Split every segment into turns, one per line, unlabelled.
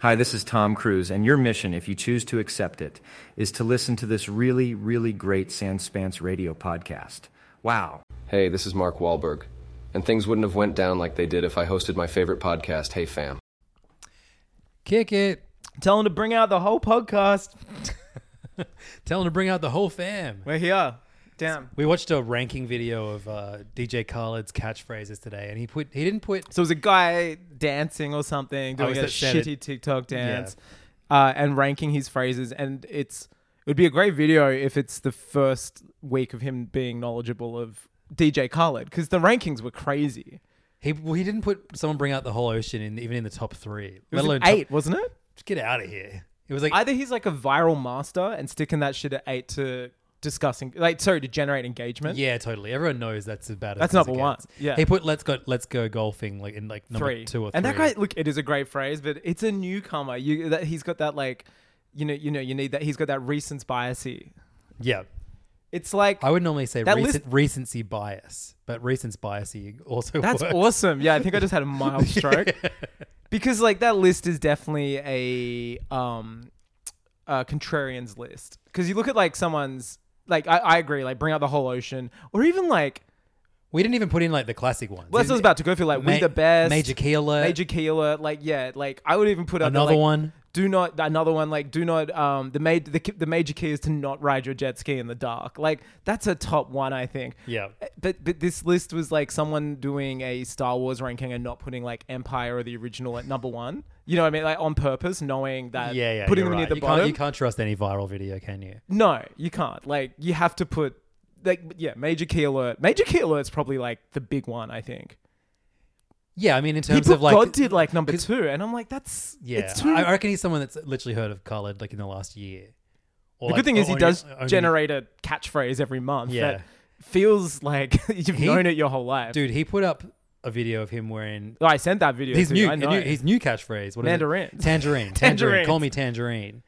Hi, this is Tom Cruise, and your mission, if you choose to accept it, is to listen to this really, really great Sanspants radio podcast. Wow.
Hey, this is Mark Wahlberg, and things wouldn't have went down like they did if I hosted my favorite podcast, Hey Fam.
Kick it.
Tell him to bring out the whole podcast.
Tell him to bring out the whole fam.
We're here. Damn.
We watched a ranking video of uh, DJ Khaled's catchphrases today, and he put he didn't put
So it was a guy dancing or something,
Oh, is
doing a
that said
shitty TikTok dance, uh, and ranking his phrases. And it's it would be a great video if it's the first week of him being knowledgeable of DJ Khaled, because the rankings were crazy.
he well, he didn't put someone bring out the whole ocean in even in the top three.
It was
Let alone
an
top-
eight, wasn't it?
get out of here. It was like
Either he's like a viral master and sticking that shit at eight to discussing, like sorry, to generate engagement.
yeah, totally. Everyone knows that's about it.
That's
as it
number one.
gets.
Yeah.
he put let's go let's go golfing like in like number two or three.
And that guy, look, it is a great phrase, but it's a newcomer. You that he's got that like, you know, you know, you need that. He's got that recency biasy.
yeah.
It's like
I would normally say
That
recent, recency bias, but recency bias also
that's
works.
awesome. Yeah, I think I just had a mild stroke because like that list is definitely a um, a contrarian's list because you look at like someone's like I, I agree like bring out the whole ocean or even like
We didn't even put in like the classic ones.
well, that's what I was about to go through like we
Ma-
the best
Major key alert.
major key alert like yeah like I would even put out there,
Another
like,
one.
do not another one like do not um the made the, ki- the major key is to not ride your jet ski in the dark like that's a top one i think Eh,
Yeah.
but but this list was like someone doing a star wars ranking and not putting like empire or the original at number one you know what i mean like on purpose knowing that
Yeah, yeah.
putting
you're
them near
right.
the
you
bottom
Can't, you can't trust any viral video, can you?
no you can't like you have to put like yeah major key alert major key alert's probably like the big one i think
Yeah, I mean, in
he
terms
put
of like,
god did like number
'cause-
two and i'm like that's
yeah,
it's too
I I reckon he's someone that's literally heard of Khaled like in the last year. Or
The
like-
good thing is
or-
he
or
does
only-
generate a catchphrase every month
Yeah.
that feels like you've
He-
known it your whole life. Oh,
Dude, he put up a video of him wearing
I sent that video.
his
to
new,
you. I know.
new his new catchphrase. What is it?
Mandarin.
Tangerine, tangerine.
Tangerine.
Call me tangerine.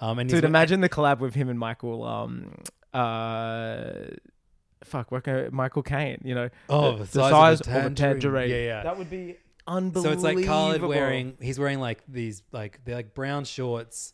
Um, and he's
Dude, imagine the collab with him and Michael. Um, uh, fuck, what, go- Michael Caine. You know,
Oh, the size of the tangerine. Yeah, yeah.
That would be
so
unbelievable.
it's like Khaled wearing. He's wearing like these like they're like brown shorts,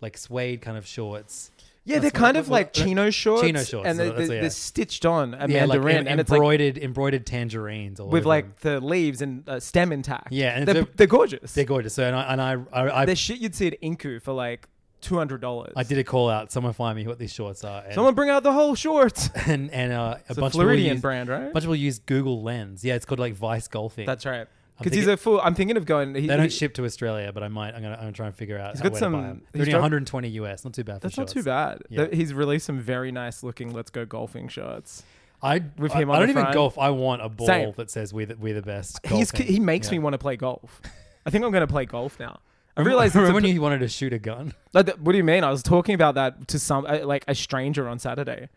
like suede kind of shorts.
Yeah, they're
That's uh, what-
kind of
what-
like
what-
chino shorts.
Chino shorts,
and
so
they-
that's-
they-
yeah.
they're stitched on a
yeah, like
mandarin,
em-
and it's like
embroidered embroidered tangerines all
with
over them.
like the leaves and uh, stem intact.
Yeah, and
they're,
they're-
they're gorgeous.
They're gorgeous. So and I and I I, I,
They're shit you'd see at Inku for like two hundred dollars.
I did a call out. Someone find me what these shorts are. And,
Someone bring out the whole shorts.
and, and uh, a
It's a
bunch of people
Floridian
use-
brand,
A
right?
bunch of people use Google Lens. Yeah, it's called like Vice Golfing.
That's right.
I'm
Because he's
thinking-
a fool. I'm thinking of going. He,
They don't
he-
ship to Australia, but I might. I'm gonna. I'm gonna try and figure out.
He's
how
got
where
some-
To buy them. They're
he's
only
got-
120 US. Not too bad. For
That's not
shorts.
too bad.
Yeah.
Th- He's released some very nice looking "Let's Go Golfing" shirts.
I
With
I,
him
I
on
don't
the
even
front.
golf. I want a ball
Same.
that says we the, we the best.
He's
golfing.
he makes
Yeah.
me want to play golf. I think I'm going to play golf now. I realized.
Remember when
it's a-
you wanted to shoot a gun?
like, th- what do you mean? I was talking about that to some uh, like a stranger on Saturday.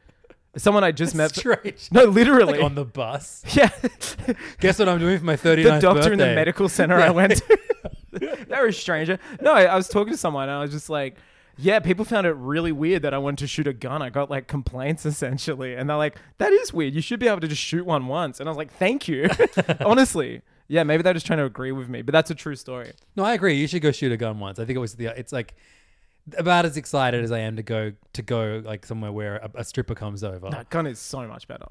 Someone I just met.
Straight
No, literally.
like on the bus.
yeah,
Guess what I'm doing for my 39th
the doctor in the
birthday?
medical center I went to. They're a stranger. No, I, I was talking to someone and I was just like, yeah, people found it really weird that I wanted to shoot a gun. I got like complaints essentially. And they're like, that is weird. You should be able to just shoot one once. And I was like, thank you. Honestly. Yeah, maybe they're just trying to agree with me, but that's a true story.
No, I agree. You should go shoot a gun once. I think it was the. It's like about as excited as I am to go to go like somewhere where a, a stripper comes over.
That gun is so much better.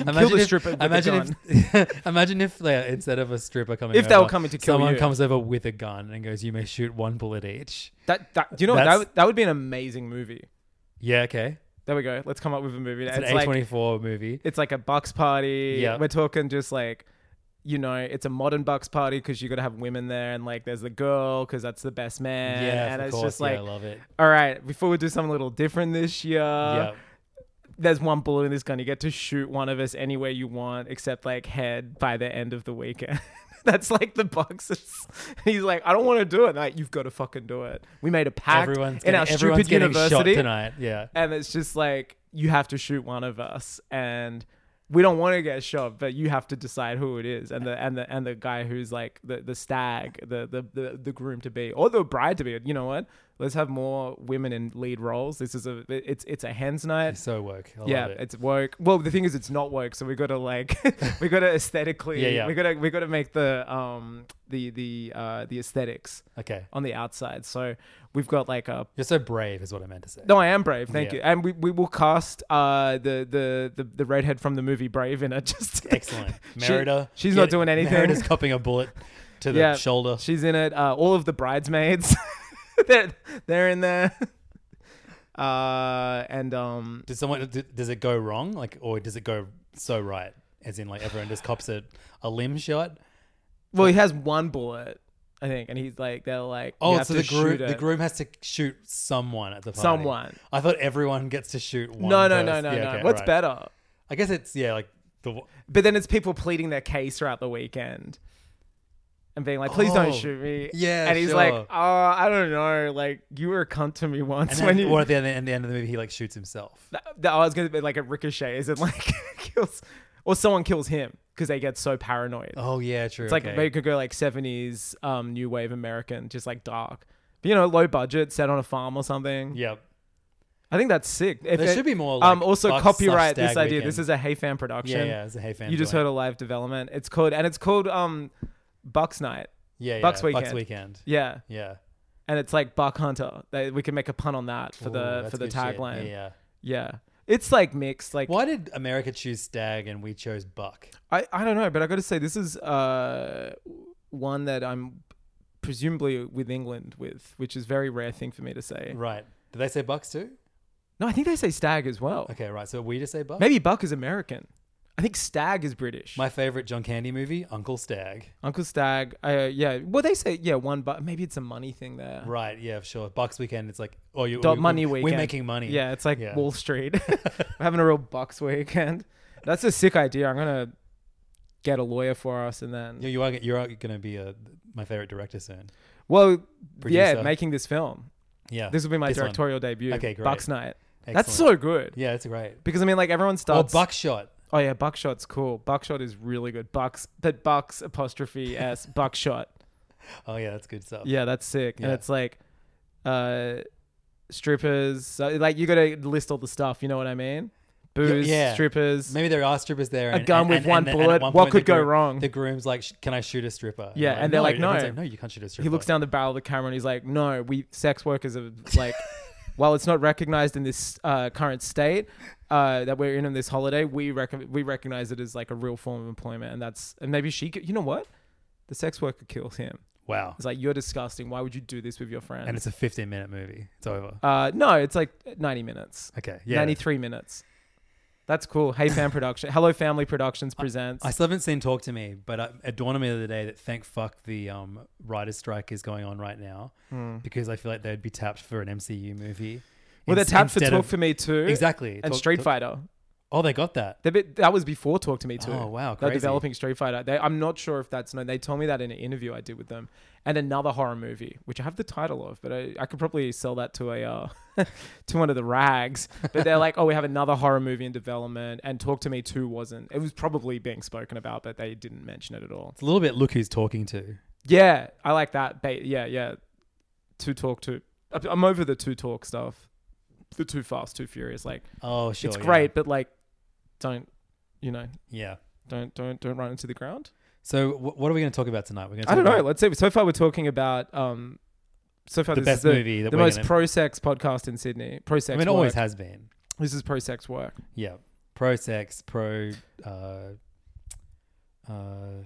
Imagine
the
if-
stripper with a
imagine if imagine if like, instead of a stripper coming,
If they were
over,
coming to kill
someone
you.
comes over with a gun and goes, "You may shoot one bullet each."
That, that do you know what?
That's-
that would, that would be an amazing movie.
Yeah, okay.
There we go. Let's come up with a movie.
It's,
It's,
an A
like
twenty four movie.
it's like a bucks party.
Yeah.
We're talking just like, you know, it's a modern bucks party because you got to have women there and like there's the girl because that's the best man.
yeah,
and
of
it's
course.
just like,
yeah, I love it.
all right, before we do something a little different this year,
yeah,
there's one bullet in this gun. You get to shoot one of us anywhere you want, except like head by the end of the weekend. That's like the boxes. He's like, I don't want to do it. And Like, you've got to fucking do it. We made a pact
Everyone's
in
getting,
our
everyone's
stupid
getting shot
university,
tonight. Yeah.
and it's just like you have to shoot one of us, and we don't want to get shot, but you have to decide who it is. And the and the and the guy who's like the the stag, the the the, the groom to be, or the bride to be. You know what? Let's have more women in lead roles. This is a it's it's a hens night
So woke. I
yeah,
love it.
it's woke. Well, the thing is, it's not woke, so we gotta like, we gotta aesthetically,
Yeah, yeah.
we gotta we gotta make the um the the uh the aesthetics
Okay.
on the outside. So we've got like a
You're so brave, is what I meant to say.
no, I am brave, thank
Yeah.
you. And we, we will cast uh the the the, the redhead from the movie Brave in it. Just
Excellent.
She-
Merida.
she's
get
not
it.
doing anything.
Merida's copping a bullet to the shoulder.
She's in it. Uh, all of the bridesmaids, they're they're in there. Uh, and um,
Does someone d- does it go wrong, like, or does it go so right? As in, like everyone just cops a, a limb shot.
well, he has one bullet, I think, and he's like they're like, you
Oh,
have
so
to
the groom
shoot
the
it.
groom has to shoot someone at the party.
Someone.
I thought everyone gets to shoot one.
No, no, no,
person.
no,
Yeah,
no.
okay,
What's
right.
better?
I guess it's yeah, like the w-
But then it's people pleading their case throughout the weekend and being like, please
Oh,
don't shoot me.
yeah,
And he's like,
sure.
oh, I don't know. Like, you were a cunt to me once
and
when
then,
you.
or at the end, at the end of the movie, he like shoots himself.
Th- th- I was going to be like, it ricochets and like kills. Or someone kills him because they get so paranoid.
Oh yeah, true.
it's like,
okay.
they could go like 70s um, new wave American, just like dark. But, you know, low budget, set on a farm or something.
yep.
I think that's sick. If
There
it-
should be more,
um,
like,
also,
Bucks
copyright
Stag
this idea.
Weekend.
This is a Hey Fan production.
Yeah, yeah. As a hey fan,
You just
joint.
heard a live development. It's called and it's called um Bucks Night.
yeah, yeah,
Bucks
Bucks
Weekend.
weekend.
Yeah.
Yeah,
And it's like Buck Hunter. They, we can make a pun on that for
Ooh,
the
that's
for the
good shit.
tagline.
Yeah,
Yeah,
yeah.
It's like mixed like
Why did America choose stag and we chose buck?
I I don't know, but I got to say this is uh one that I'm presumably with England with, which is very rare thing for me to say.
Right. Did they say bucks too?
No, I think they say stag as well.
Okay, right. So we just say buck.
Maybe Buck is American. I think stag is British.
My favorite John Candy movie, Uncle Stag.
Uncle Stag. Uh, yeah. Well, they say yeah, one buck. Maybe it's a money thing there.
Right. Yeah, sure. Bucks weekend. It's like, oh, you
Dot
we-
money
we-
weekend.
We're making money.
Yeah, it's like
Yeah.
Wall Street. We're having a real bucks weekend. That's a sick idea. I'm gonna get a lawyer for us, and then
You, you are you are going to be a my favorite director soon.
well, yeah,
Producer.
making this film.
Yeah.
This will be my
one.
directorial debut.
Okay, great.
Bucks Night. That's
Excellent.
so good.
Yeah, it's great.
Because I mean, like everyone
Oh,
starts.
buckshot.
Oh yeah, Buckshot's cool. Buckshot is really good. Bucks, but Bucks apostrophe s Buckshot.
Oh yeah, that's good stuff.
Yeah, that's sick.
Yeah.
And it's like, uh, strippers. uh, Like you got to list all the stuff. You know what I mean? Booze,
yeah.
strippers.
Maybe there are strippers there. And,
gun
and-
with
and-
one
and- and at
bullet. What
point
could
the
go
groom-
wrong?
The groom's like, "Sh- "Can I shoot a stripper?" And
Yeah,
you're
and they're like,
Everyone's no,
"No."
you can't shoot a stripper."
he looks down the barrel of the camera and he's like, "No, we sex workers are like, while it's not recognized in this uh, current state uh, that we're in on this holiday, we rec- we recognize it as like a real form of employment, and that's and maybe she, could, you know what, the sex worker kills him.
Wow.
It's like you're disgusting. Why would you do this with your friend?
And it's a 15 minute movie. It's over.
uh, no, it's like 90 minutes,
Okay. Yeah.
93 minutes. That's cool. Hey Fam Production, Hello Family Productions presents.
I still haven't seen Talk to Me, but I, it dawned on me the other day that thank fuck the um, writer's strike is going on right now because I feel like they'd be tapped for an MCU movie.
Hmm. well, they're
ins-
tapped for
instead
Talk
of-
for Me too,
Exactly.
and
Talk-
Street
Talk-
Fighter.
Oh, they got that.
They bit, that was before Talk to Me too.
Oh, wow,
They're
crazy.
developing Street Fighter. They, I'm not sure if that's known. They told me that in an interview I did with them, and another horror movie, which I have the title of, but I, I could probably sell that to a uh, to one of the rags. But they're like, oh, we have another horror movie in development, and Talk to Me too wasn't. It was probably being spoken about, but they didn't mention it at all.
It's a little bit look who's talking to.
Yeah, I like that. Ba- yeah, yeah. To talk to, I- I'm over the two talk stuff. The too fast, too furious. Like
Oh, sure.
it's
yeah.
great, but like, don't you know?
Yeah.
Don't don't don't run into the ground.
So, wh- what are we going to talk about tonight? We're going to.
I don't know. Let's see. So far, we're talking about um, so far
The
this
best
is the,
movie that
the
we're
most
gonna-
pro sex podcast in Sydney. Pro
I
sex.
mean, it
work.
always has been.
This is pro sex work.
Yeah. Pro sex. Pro. Uh, uh,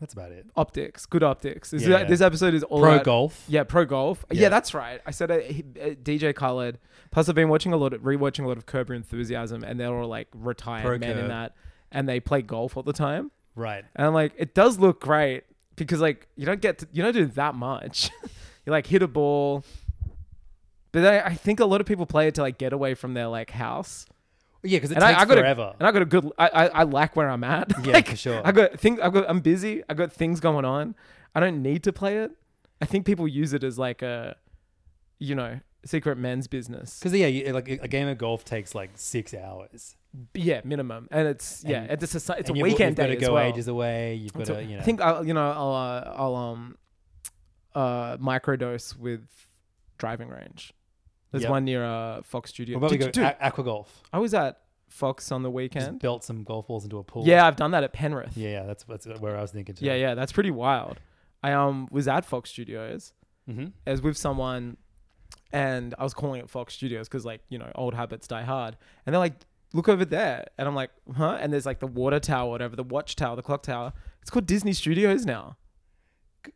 that's about it.
Optics. Good optics. This,
Yeah, yeah.
this episode is all
Pro
about-
golf.
Yeah, pro golf. Yeah,
Yeah.
that's right. I said uh, he- uh, DJ Khaled. Plus, I've been watching a lot, of, rewatching a lot of Curb Your Enthusiasm, and they're all like retired
Pro
men in
Curb.
that, and they play golf all the time.
Right.
And I'm like, it does look great because like you don't get to, you don't do that much. you like hit a ball, but I, I think a lot of people play it to like get away from their like house.
Yeah, because it
and
takes
I, I got
forever.
A, and I got a good. I, I, I like where I'm at.
Yeah,
Like,
for sure.
I got things. I got. I'm busy. I got things going on. I don't need to play it. I think people use it as like a, you know, secret men's business.
Because yeah, you, like a game of golf takes like six hours.
Yeah, minimum. And it's yeah,
And-
it's a soci- it's a
And you've-
weekend
you've got
day
to
as
go
well.
ages away. You've got
So
to uh, you know.
I think I'll you know I'll uh, I'll um uh microdose with driving range. There's
Yep.
one near uh, Fox Studio.
what about we
Did
go
you- dude,
a- aqua golf?
I was at Fox on the
Just
weekend.
belt some golf balls into a pool.
Yeah, I've done that at Penrith.
yeah, yeah. That's that's where I was thinking. Too.
yeah, yeah, that's pretty wild. I um was at Fox Studios
Mhm.
as with someone, and I was calling it Fox Studios because like you know old habits die hard, and they're like, look over there, and I'm like, huh? And there's like the water tower, whatever, the watch tower, the clock tower. It's called Disney Studios now.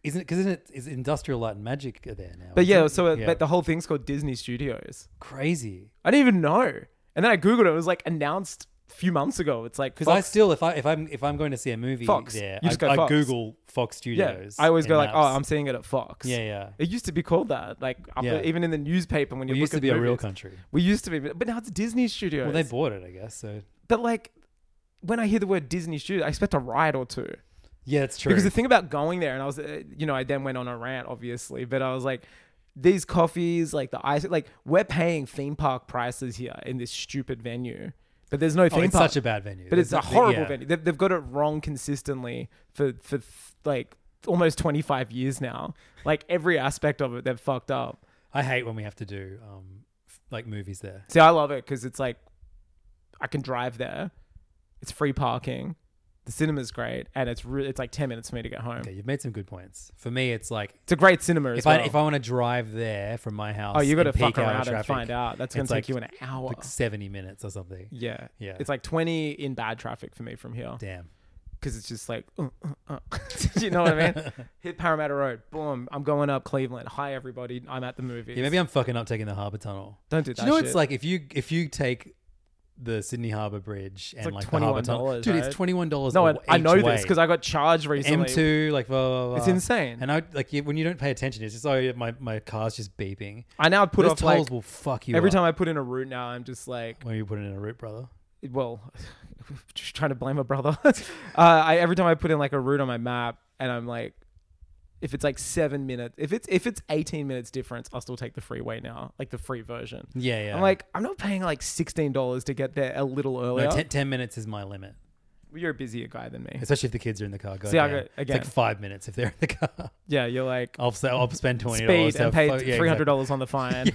Isn't because isn't it is Industrial Light and Magic are there now?
But
isn't
yeah,
it?
so it,
Yeah.
but the whole thing's called Disney Studios.
crazy.
I didn't even know, and then I googled it. It was like announced a few months ago. It's like
Because I still, if I if I'm if I'm going to see a movie,
Fox.
yeah,
You just
I,
go
I
Fox.
Google Fox
yeah,
Studios.
I always go
in
like, oh,
maps.
I'm seeing it at Fox.
yeah, yeah.
It used to be called that, like up
Yeah.
even in the newspaper when you
We
look
used to
at
be a real
movies.
country.
We used to be, but but now it's Disney Studios.
Well, they bought it, I guess. So
but like, when I hear the word Disney Studios, I expect a riot or two.
yeah, it's true.
Because the thing about going there, and I was, uh, you know, I then went on a rant, obviously, but I was like, these coffees, like the ice, like we're paying theme park prices here in this stupid venue, but there's no
oh,
theme
it's
park.
such a bad venue.
but it's a
There's no-
horrible
yeah.
venue. They've, they've got it wrong consistently for for th- like almost 25 years now. Like every aspect of it, they've fucked up.
I hate when we have to do um f- like movies there.
See, I love it because it's like I can drive there. It's free parking. The cinema's great, and it's really it's like ten minutes for me to get home.
Okay, you've made some good points. For me, it's like
It's a great cinema as
if
well.
I if I want to drive there from my house,
oh, you got to
in peak
fuck
hour
around and
traffic,
find out. That's gonna
it's like-
take you an hour.
like seventy minutes or something.
yeah,
Yeah.
It's like twenty in bad traffic for me from here
Damn.
because it's just like, uh, uh, uh. Do you know what I mean? Hit Parramatta Road, boom. I'm going up Cleveland. Hi everybody, I'm at the movies.
Yeah, maybe I'm fucking up taking the harbour tunnel.
Don't do
Do
that.
you know it's
shit.
like if you if you take the Sydney Harbour Bridge and like,
like
the harbour tunnel,
$21,
dude, it's
right?
twenty one dollars.
No, I, I know this because I got charged recently.
M two like blah, blah, blah.
It's insane.
And I like you- when you don't pay attention, it's just oh yeah, my my car's just beeping.
I now put
Those
off
tolls
like
will fuck you
every
up
time I put in a route now. I'm just like,
when you put it in a route, brother.
well, just trying to blame a brother. uh, I every time I put in like a route on my map, and I'm like, if it's like seven minutes, if it's if it's eighteen minutes difference, I'll still take the freeway now, like the free version.
Yeah, yeah.
I'm like, I'm not paying like sixteen dollars to get there a little
no,
earlier.
ten, 10 minutes is my limit,
You're a busier guy than me.
especially if the kids are in the car.
See, I
goddamn.
go- again.
it's like five minutes if they're in the car.
Yeah, you're like
I'll say I'll spend Oh, twenty dollars
speed and pay three hundred dollars on the fine.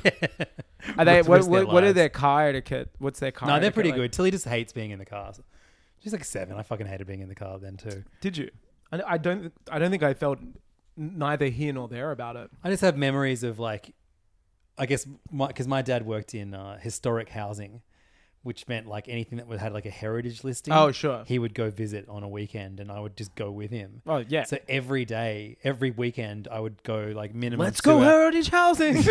Are they?
Risk- risk their
What, what, what are
lives.
their car etiquette? What's their car?
No, they're
etiquette
pretty
like?
good. Tilly just hates being in the car. She's like seven. I fucking hated being in the car then too.
Did you? I, I don't. I don't think I felt neither here nor there about it.
I just have memories of like, I guess because my, dad worked in uh, historic housing, which meant like anything that would- had like a heritage listing.
Oh, sure.
He would go visit on a weekend, and I would just go with him.
Oh, yeah.
So every day, every weekend, I would go like minimum.
Let's
two
go
hou-
heritage housing.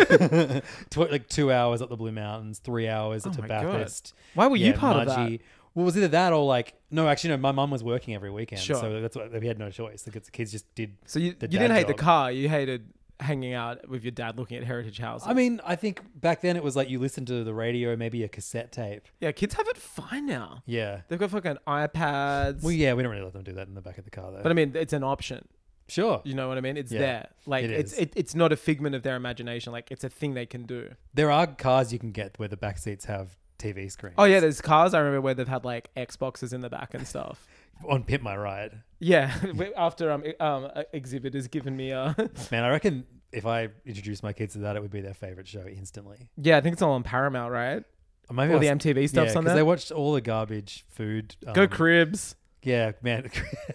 tw- like two hours up the Blue Mountains, three hours at the
Oh my God.
Bathurst.
Why were you part of
Mudgee. Well, it was either that or like no, actually no. My mum was working every weekend,
Sure.
so that's why we had no choice. Like it's- the kids just did.
so you, you
the
didn't
dad
hate the
job.
car. You hated hanging out with your dad looking at heritage houses.
I mean, I think back then it was like you listened to the radio, maybe a cassette tape.
yeah, kids have it fine now.
Yeah.
They've got fucking iPads.
Well, yeah, we don't really let them do that in the back of the car though.
But I mean, it's an option.
sure,
You know what I mean? It's
Yeah,
there. Like
it
it's
is.
it, it's not a figment of their imagination. Like it's a thing they can do.
there are cars you can get where the back seats have TV screens.
Oh yeah, there's cars I remember where they've had like Xboxes in the back and stuff.
on Pit My Ride,
Yeah, after um, e- um uh, exhibit has given me uh
man. I reckon if I introduced my kids to that, it would be their favorite show instantly.
yeah I think it's all on Paramount right
Maybe I
All the
was-
MTV stuff's
yeah,
on
'cause
there?
They watched all the garbage food. Um,
Go Cribs
Yeah, man.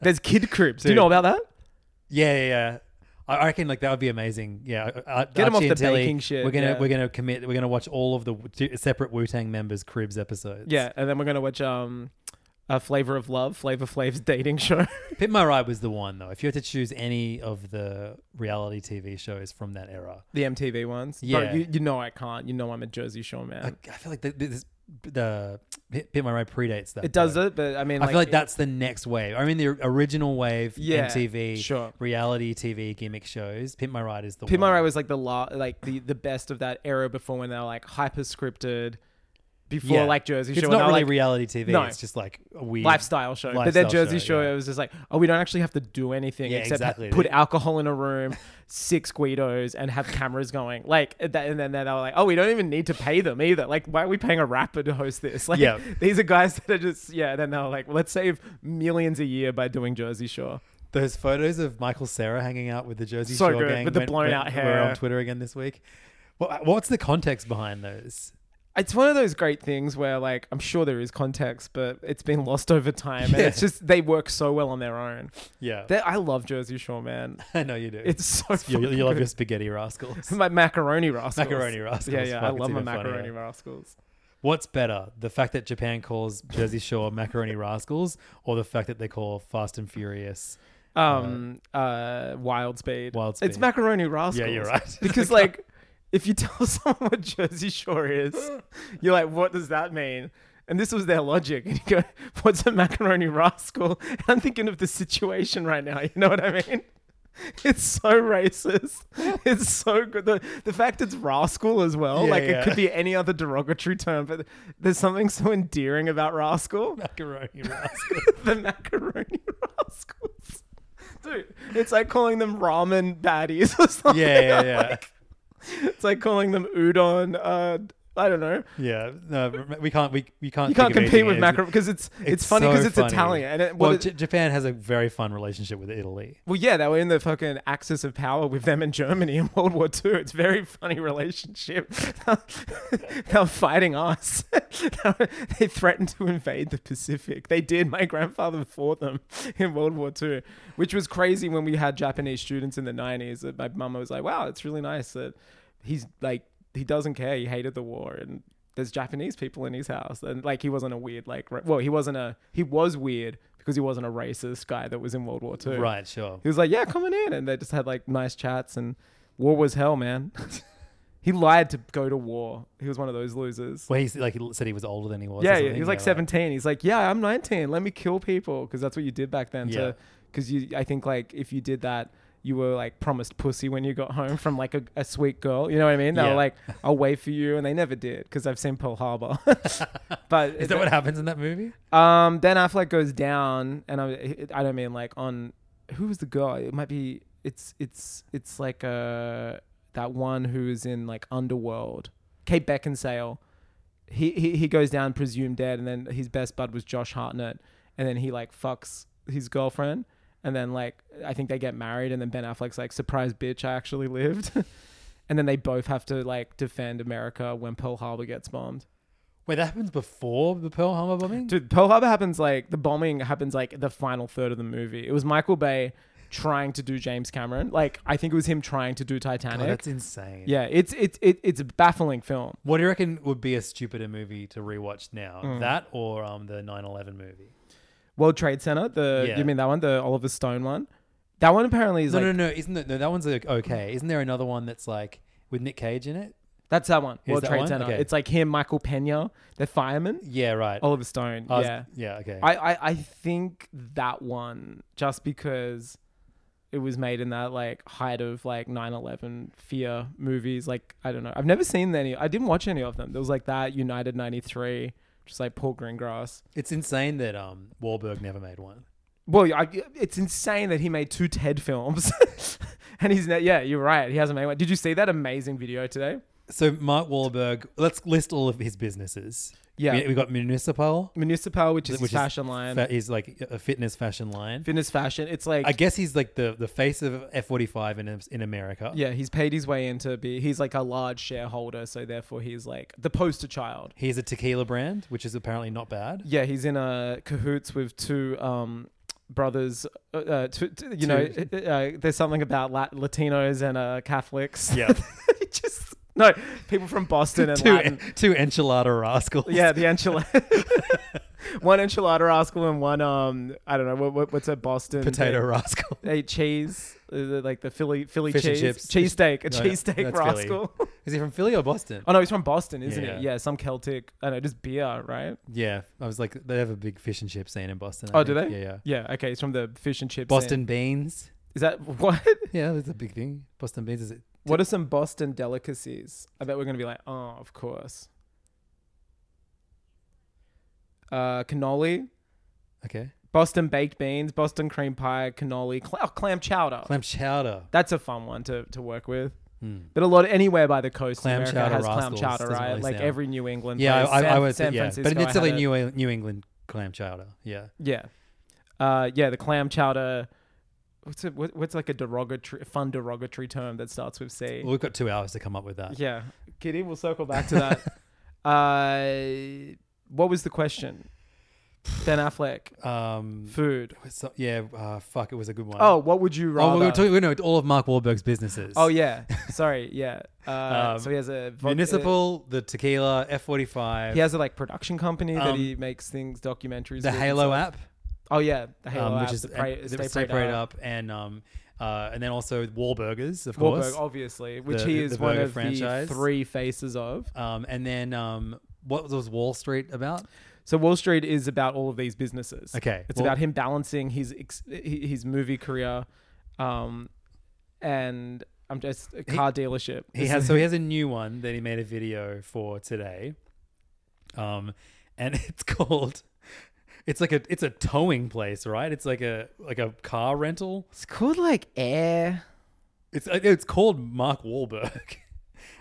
there's Kid Cribs do you know about that
yeah, yeah, yeah. I I reckon like that would be amazing. Yeah, uh,
Get 'em off the
Tilly,
baking shit,
We're gonna
yeah.
we're gonna commit. We're gonna watch all of the w- two separate Wu Tang members' cribs episodes.
yeah and then we're gonna watch um a Flavor of Love Flavor Flav's dating show
Pit My Ride was the one though. If you had to choose any of the reality TV shows from that era,
the MTV ones Bro,
Yeah.
you, you know I can't you know I'm a Jersey Shore man
I, I feel like the, this, the Pit Pit My Ride predates that.
it does
though.
it but I mean
I feel like that's the next wave. I mean, the original wave
Yeah,
MTV
sure.
reality TV gimmick shows. Pit My Ride is the
Pit
one.
My Ride was like the la- like the the best of that era before when they were like hyper scripted before
Yeah.
like Jersey Shore.
It's
and
not
they're,
really
like,
reality TV.
No.
It's just like a weird
lifestyle show. but then
lifestyle
Jersey Shore,
yeah.
it was just like, oh, we don't actually have to do anything
Yeah,
except
exactly.
put alcohol in a room, six Guidos, and have cameras going. Like that, and then they were like, oh, we don't even need to pay them either. Like, why are we paying a rapper to host this? Like,
Yeah.
these are guys that are just yeah. Then they were like, let's save millions a year by doing Jersey Shore.
Those photos of Michael Sarah hanging out with the Jersey
So
Shore
good,
gang
with the blown
went,
out
were
hair.
on Twitter again this week. What, what's the context behind those?
It's one of those great things where like I'm sure there is context, but it's been lost over time, and
Yeah.
it's just they work so well on their own.
Yeah,
They're, I love Jersey Shore, man.
I know you do.
It's so
you,
fucking
you love
good.
your spaghetti rascals.
my macaroni rascals.
Macaroni rascals.
Yeah, yeah.
Fuck,
I
it's
love my
even funnier.
macaroni rascals.
What's better, the fact that Japan calls Jersey Shore macaroni rascals, or the fact that they call Fast and Furious?
Um, uh, wild speed.
Wild
It's
Speed.
macaroni rascals.
Yeah, you're right.
because like, if you tell someone what Jersey Shore is, you're like, what does that mean? And this was their logic. And you go, what's a macaroni rascal? And I'm thinking of the situation right now. You know what I mean? It's so racist. It's so good. The, the fact it's rascal as well.
Yeah,
like
yeah.
it could be any other derogatory term, but there's something so endearing about rascal.
Macaroni rascals.
the macaroni rascals. Dude, it's like calling them ramen baddies or something.
yeah, yeah, yeah.
It's like calling them udon. Uh, I don't know.
Yeah, no, we can't. We, we can't.
You can't
think of
compete with
anything.
macaroni because it's, it's funny because
so
it's Italian. And it,
well,
well,
J- Japan has a very fun relationship with Italy.
well, yeah, they were in the fucking axis of power with them in Germany in World War II. It's a very funny relationship. They're fighting us. They were- they threatened to invade the Pacific. They did. My grandfather fought them in World War II, which was crazy when we had Japanese students in the 90s. That my mum was like, wow, it's really nice that he's like, he doesn't care. He hated the war. And there's Japanese people in his house. And like, he wasn't a weird, like, ra- well, he wasn't a, he was weird because he wasn't a racist guy that was in World War II.
Right, sure.
He was like, "Yeah, coming in," and they just had like nice chats. And war was hell, man. he lied to go to war. He was one of those losers.
Well, he's like he said he was older than he was. or
yeah, yeah,
something,
he was like 17. He's like, "Yeah, I'm 19. Let me kill people," because that's what you did back then.
Yeah.
To because you, I think like if you did that. You were like promised pussy when you got home from like a, a sweet girl. You know what I mean? They
Yeah.
were like, I'll wait for you. And they never did because I've seen Pearl Harbor. but
Is that what happens in that movie?
um, Ben Affleck goes down, and I, I don't mean like on who was the girl? It might be it's it's it's like uh that one who's in like Underworld, Kate Beckinsale. He he he goes down presumed dead, and then his best bud was Josh Hartnett, and then he like fucks his girlfriend, and then like I think they get married, and then Ben Affleck's like surprise bitch, I actually lived. And then they both have to like defend America when Pearl Harbor gets bombed.
Wait, that happens before the Pearl Harbor bombing.
Dude, Pearl Harbor happens like the bombing happens like the final third of the movie. It was Michael Bay trying to do James Cameron. Like I think it was him trying to do
Oh,
Titanic.
that's insane.
yeah, it's it's it, it's a baffling film.
What do you reckon would be a stupider movie to rewatch now?
Mm.
That or um, the 9/11 movie?
World Trade Center. The
Yeah.
you mean that one? The Oliver Stone one. That one apparently is
No,
like
no, no. Isn't that, no, that one's like, okay? Isn't there another one that's like with Nick Cage in it?
that's that one.
Is
World
that
Trade
one?
Center.
Okay.
It's like him, Michael Pena, the fireman.
Yeah, right.
Oliver Stone.
I was-
Oh, yeah,
yeah. Okay.
I, I I think that one just because it was made in that like height of like 9/11 fear movies like I don't know. I've never seen any. I didn't watch any of them. There was like that United 93 just like Paul Greengrass.
it's insane that um, Wahlberg never made one.
Well, I, it's insane that he made two Ted films. and he's not, yeah, you're right. He hasn't made one. Did you see that amazing video today?
So Mark Wahlberg, let's list all of his businesses.
Yeah.
we, we got Municipal,
Municipal, which is
Which
his
is
fashion line.
fa- is like a fitness fashion line.
Fitness fashion. It's like
I guess he's like the the face of F forty five in in America.
Yeah, he's paid his way into be. He's like a large shareholder, so therefore he's like the poster child.
He's a tequila brand, which is apparently not bad.
Yeah, he's in a cahoots with two um brothers. Uh, uh, two, two- you know, uh, uh, there's something about Lat- Latinos and uh, Catholics.
Yeah.
He just no people from Boston and
two
Latin.
two enchilada rascals.
Yeah, the enchilada. one enchilada rascal and one um I don't know what, what what's a Boston
potato
They-
rascal.
They eat cheese, Is it like the Philly Philly
Fish and
cheese
chips.
cheesesteak, a
No,
cheesesteak
that's Philly.
rascal.
Is he from Philly or Boston?
Oh no, he's from Boston, isn't
Yeah.
he? Yeah, some Celtic. I don't know, just beer, right?
Yeah, I was like, they have a big fish and chip scene in Boston. I
Oh, do they?
think. Yeah, yeah.
Yeah. Okay, he's from the fish and chips.
Boston
scene.
beans.
Is that what?
Yeah, that's a big thing. Boston beans is it?
What are some Boston delicacies? I bet we're gonna be like, oh, of course. uh, cannoli,
Okay.
Boston baked beans, Boston cream pie, cannoli, cl- oh, clam chowder.
Clam chowder. Hmm.
That's a fun one to, to work with. But a lot anywhere by the coast, in
Clam
America
chowder
has clam
rascals
chowder,
doesn't
right?
really
like
sound-
every New England.
Yeah,
place.
I,
San,
I would.
San
yeah.
Francisco.
but
I
in
had
Italy,
it.
New, Eng- New England clam chowder. Yeah.
Yeah. Uh, yeah, the clam chowder. What's it? What, what's like a derogatory, fun derogatory term that starts with C?
Well, we've got two hours to come up with that.
Yeah, Kitty, we'll circle back to that. uh, what was the question? Ben Affleck,
Um,
food.
so- yeah. Uh, fuck. It was a good one.
Oh, what would you rather?
oh we were talking. We know all of Mark Wahlberg's businesses.
Oh, yeah, sorry, yeah. Uh,
Um,
so he has a vodka-
Municipal, the tequila, F forty five,
He has a like production company that
Um,
he makes things, documentaries.
the
with
Halo
and
app,
stuff. Oh yeah, the Halo
um,
app,
which is
the pray,
and-
stay,
the
prayed
Prayed
up.
up, and um, uh, and then also Wahlburgers, of
Wahlberg,
course.
obviously, which
The-
he
the-
is
the
one
burger
of
franchise.
the three faces of.
Um, and then um, what was Wall Street about?
So Wall Street is about all of these businesses.
Okay,
it's
well-
about him balancing his ex- hi- his movie career, um, and I'm just a car dealership.
He has so he has a new one that he made a video for today. Um, and it's called. It's like a it's a towing place, right? It's like a like a car rental.
It's called like Air.
It's uh, it's called Mark Wahlberg.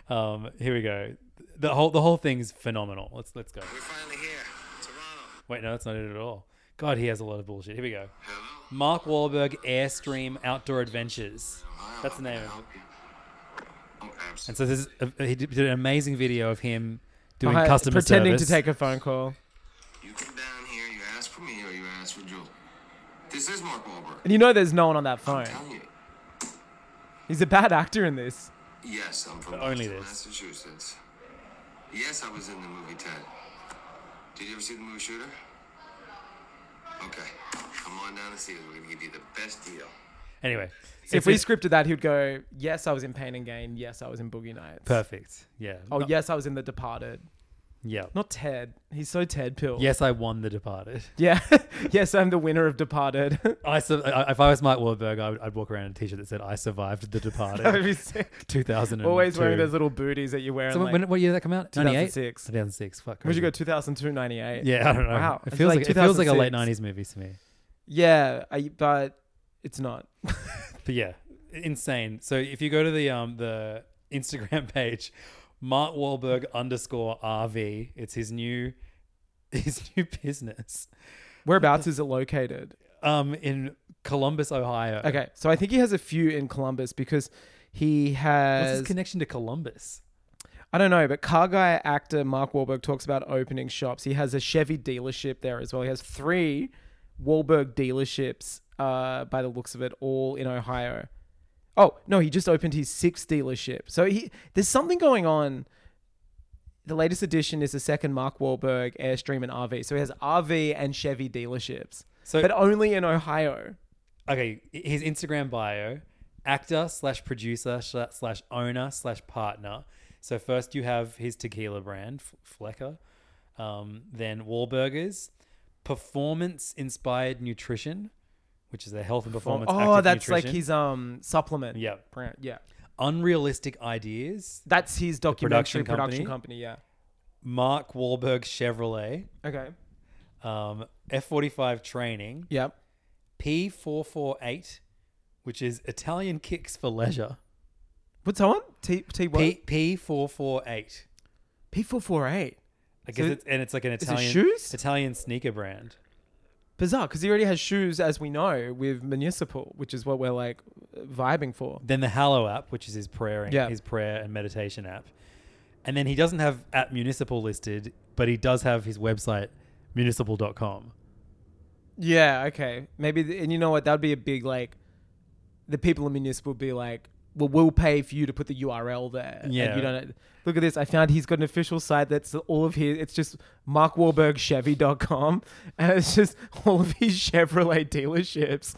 Um, here we go. The whole the whole thing is phenomenal. Let's let's go.
We're finally here, Toronto.
Wait, no, that's not it at all. God, he has a lot of bullshit. Here we go. Mark Wahlberg Airstream Outdoor Adventures. That's the name of it.
Oh, absolutely.
And so this is a, he did did an amazing video of him doing
Behind-
customer
pretending
service.
to take a phone call,
You come down here, you ask for me or you ask for Jewel. This is Mark Wahlberg.
and you know there's no one on that phone.
I'm telling you.
He's a bad actor in this.
Yes, I'm from
only
Boston,
this.
Massachusetts. Yes, I was in the movie Ted. Did you ever see the movie Shooter? Okay, come on down and see us. We're gonna give you the best deal.
anyway, so
If we
it's-
scripted that, he'd go, "Yes, I was in Pain and Gain. Yes, I was in Boogie Nights.
perfect, yeah.
Oh,
No-
yes, I was in The Departed.
yeah.
Not Ted. He's so Ted pill.
Yes, I won The Departed.
Yeah. yes, I'm the winner of Departed.
I, su- I if I was Mike Wahlberg, I would, I'd walk around in a T-shirt that said "I survived The
That'd be
Departed."
sick.
Two thousand.
Always wearing those little booties that you wear.
So
in,
when,
like,
when- what year did that come out?
2006.
98? 2006. Fuck.
Would
crazy.
you go 2002-98?
Yeah, I don't know.
Wow,
It
it's
feels
like
like, it feels like a
2006.
late '90s movie to me.
Yeah, I, but it's not.
But yeah, insane. So if you go to the um the Instagram page, Mark Wahlberg underscore RV, it's his new his new business.
Whereabouts is it located?
Um, in Columbus, Ohio.
Okay, so I think he has a few in Columbus because he
What's
has.
his connection to Columbus?
I don't know, but car guy actor Mark Wahlberg talks about opening shops. He has a Chevy dealership there as well. He has three Wahlberg dealerships, uh, by the looks of it, all in Ohio. Oh no, he just opened his sixth dealership. So he there's something going on. The latest edition is the second Mark Wahlberg Airstream and RV. So he has RV and Chevy dealerships,
So-
but only in Ohio.
Okay, his Instagram bio: actor slash producer sla- slash owner slash partner. So first you have his tequila brand, F- Flecker, um, then Wahlburgers, performance inspired nutrition, which is a health and performance.
Oh,
active
that's like
nutrition.
his um supplement.
Yep.
brand. Yeah,
unrealistic ideas.
that's his documentary
production
production
company?
company. Yeah.
Mark Wahlberg Chevrolet,
Okay.
um, F45 training,
Yep.
P448, which is Italian kicks for leisure.
What's that one? T T what?
P P448.
P four four eight.
I guess
So
it's, and it's like an
it
Italian
shoes?
Italian sneaker brand.
Bizarre, because he already has shoes, as we know, with municipal, which is what we're like vibing for.
Then the Hallow app, which is his prayer and,
Yeah.
his prayer and meditation app. And then he doesn't have at municipal listed, but he does have his website municipal.com.
Yeah. Okay. Maybe, th- and you know what? That'd be a big like. The people in municipal be like, "Well, we'll pay for you to put the URL there." and
Yeah.
you don't. Look at this. I found he's got an official site that's all of his. It's just Mark Wahlberg Chevy.com, and it's just all of his Chevrolet dealerships.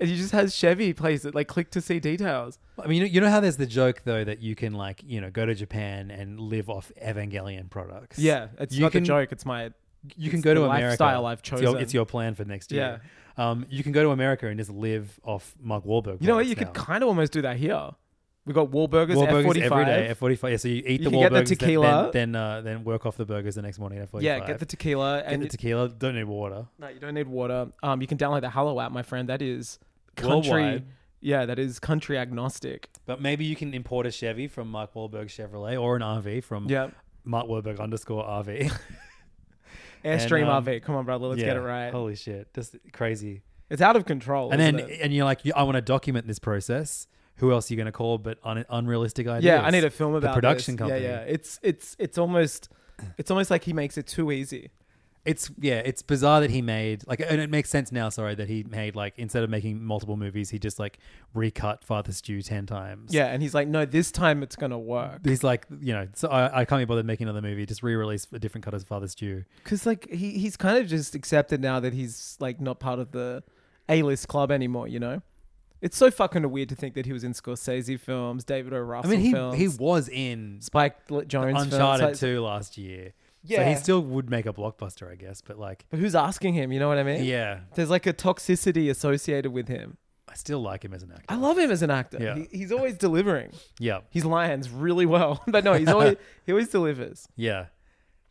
And he just has Chevy places. Like, click to see details.
I mean, you know, you know how there's the joke though that you can like, you know, go to Japan and live off Evangelion products.
Yeah, it's
you
not
can,
a joke. It's my
You can
it's
go to
the
America.
lifestyle I've
It's your- It's
chosen.
your, plan for next year. Um, you can go to America and just live off Mark Wahlberg.
You know what?
products
You
now.
could kind of almost do that here. We got Wahlburgers,
Wahlburgers
F45.
every day at 45. Yeah, so you eat the
You can get the
Wahlburgers, then-
tequila.
then then, uh, then work off the burgers the next morning at 45.
yeah, get the tequila.
Get
And
the
you-
tequila. Don't need water.
No, you don't need water. Um, you can download the Hallow app, my friend. That is country.
Worldwide.
Yeah, that is country agnostic.
But maybe you can import a Chevy from Mark Wahlberg Chevrolet or an RV from
Yep.
Mark Wahlberg underscore RV.
Airstream
um,
RV. Come on, brother. Let's
Yeah.
get it right.
Holy shit, just crazy.
It's out of control.
And then
isn't it?
and you're like, I want to document this process. Who else are you going to call? But un- unrealistic ideas.
yeah, I need a film about
the production
this.
company.
Yeah, yeah. It's it's it's almost it's almost like he makes it too easy.
It's yeah, it's bizarre that he made like, and it makes sense now. Sorry that he made like instead of making multiple movies, he just like recut Father Stew ten times.
Yeah, and he's like, no, this time it's gonna work.
He's like, you know, so I, I can't be bothered making another movie. Just re-release a different cut as Father Stew.
Because like he he's kind of just accepted now that he's like not part of the A list club anymore. You know, it's so fucking weird to think that he was in Scorsese films, David O.
I
Russell
mean, he
films,
he was in
Spike L- Jones films.
Uncharted
Like,
two last year. so
Yeah.
he still would make a blockbuster, I guess. But like,
But who's asking him? You know what I mean?
yeah,
There's like a toxicity associated with him.
I still like him as an actor.
I love him as an actor.
Yeah.
He, he's always delivering.
Yeah,
He's lions really well, but no, he's always he always delivers,
yeah,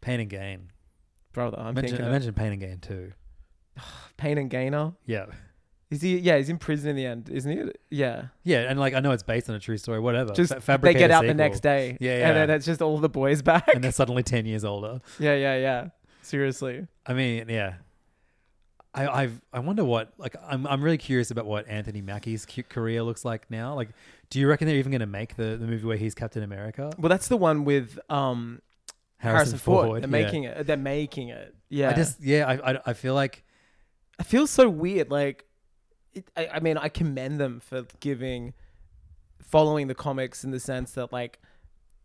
Pain and Gain.
brother. I'm
Mention,
thinking
I
of
mentioned Pain and Gain too.
Pain and Gainer.
Yeah,
Is he? Yeah, he's in prison in the end, isn't he? Yeah.
yeah, and like I know it's based on a true story. Whatever.
Just
Fa-
they
fabricate
get
a
out the
sequel.
next day.
Yeah, yeah.
And then it's just all the boys back.
and they're suddenly ten years older.
yeah, yeah, yeah. Seriously.
I mean, yeah. I I've, I wonder what like I'm I'm really curious about what Anthony Mackie's cu- career looks like now. Like, do you reckon they're even going to make the, the movie where he's Captain America?
Well, that's the one with um Harrison, Ford. They're
yeah.
making it. They're making it. Yeah.
I just yeah, I, I I feel like
I feel so weird. Like, it, I, I mean, I commend them for giving, following the comics in the sense that like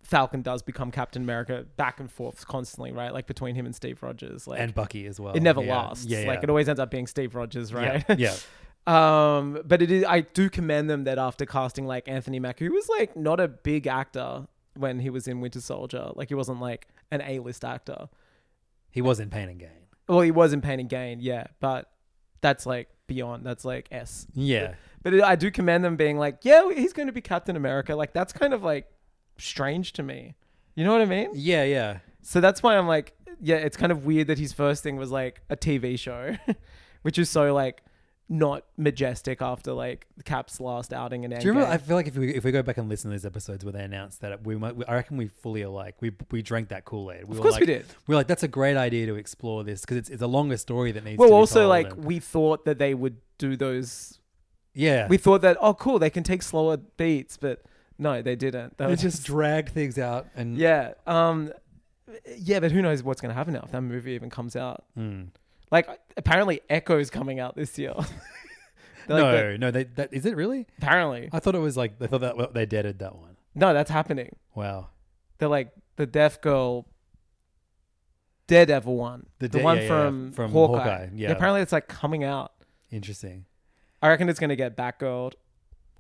Falcon does become Captain America back and forth constantly, right? Like between him and Steve Rogers, like
and Bucky as well.
it never
yeah.
lasts.
Yeah, yeah.
Like it always ends up being Steve Rogers, right?
Yeah, yeah.
um, but it is. I do commend them that after casting like Anthony Mackie, who was like not a big actor when he was in Winter Soldier, like he wasn't like an A list actor.
he was in Pain and Gain.
Well, he was in Pain and Gain, yeah, but that's like beyond. That's like S.
Yeah,
But it, I do commend them being like, yeah, he's going to be Captain America. Like that's kind of like strange to me. You know what I mean?
yeah, yeah.
So that's why I'm like, yeah, it's kind of weird that his first thing was like a TV show, which is so like not majestic after like Cap's last outing in Endgame.
Do you remember? I feel like if we if we go back and listen to these episodes where they announced that we might, we, I reckon we fully are like we we drank that Kool Aid.
course
like,
we did.
We were like that's a great idea to explore this because it's it's a longer story that needs. to
well,
be
also
told
like
and-
we thought that they would do those.
yeah,
We thought that oh cool, they can take slower beats, but no, they didn't. They
they
were
just drag things out and
Yeah. Um yeah, but who knows what's going to happen now if that movie even comes out.
Hmm.
Like apparently Echo's coming out this year. Like,
no
that-
no they that is it really?
apparently.
I thought it was like they thought that well, they deaded that one.
No, that's happening.
Wow.
They're like the deaf girl Daredevil one. The,
de-
one
yeah, yeah,
from,
yeah, from
Hawkeye.
Hawkeye, yeah.
Apparently it's like coming out.
Interesting.
I reckon it's going to get Batgirled.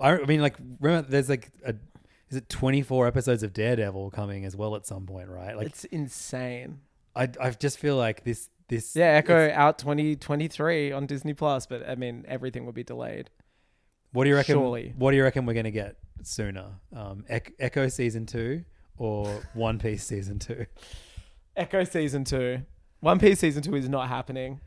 I, I mean like remember there's like a is it 24 episodes of Daredevil coming as well at some point, right? Like
It's insane.
I I just feel like this this
Yeah, Echo
it's-
out 2023 on Disney Plus, but I mean everything will be delayed.
What do you reckon?
Surely.
What do you reckon we're gonna get sooner? Um, Ec- Echo season two or One Piece season two?
Echo season 2. One Piece season 2 is not happening.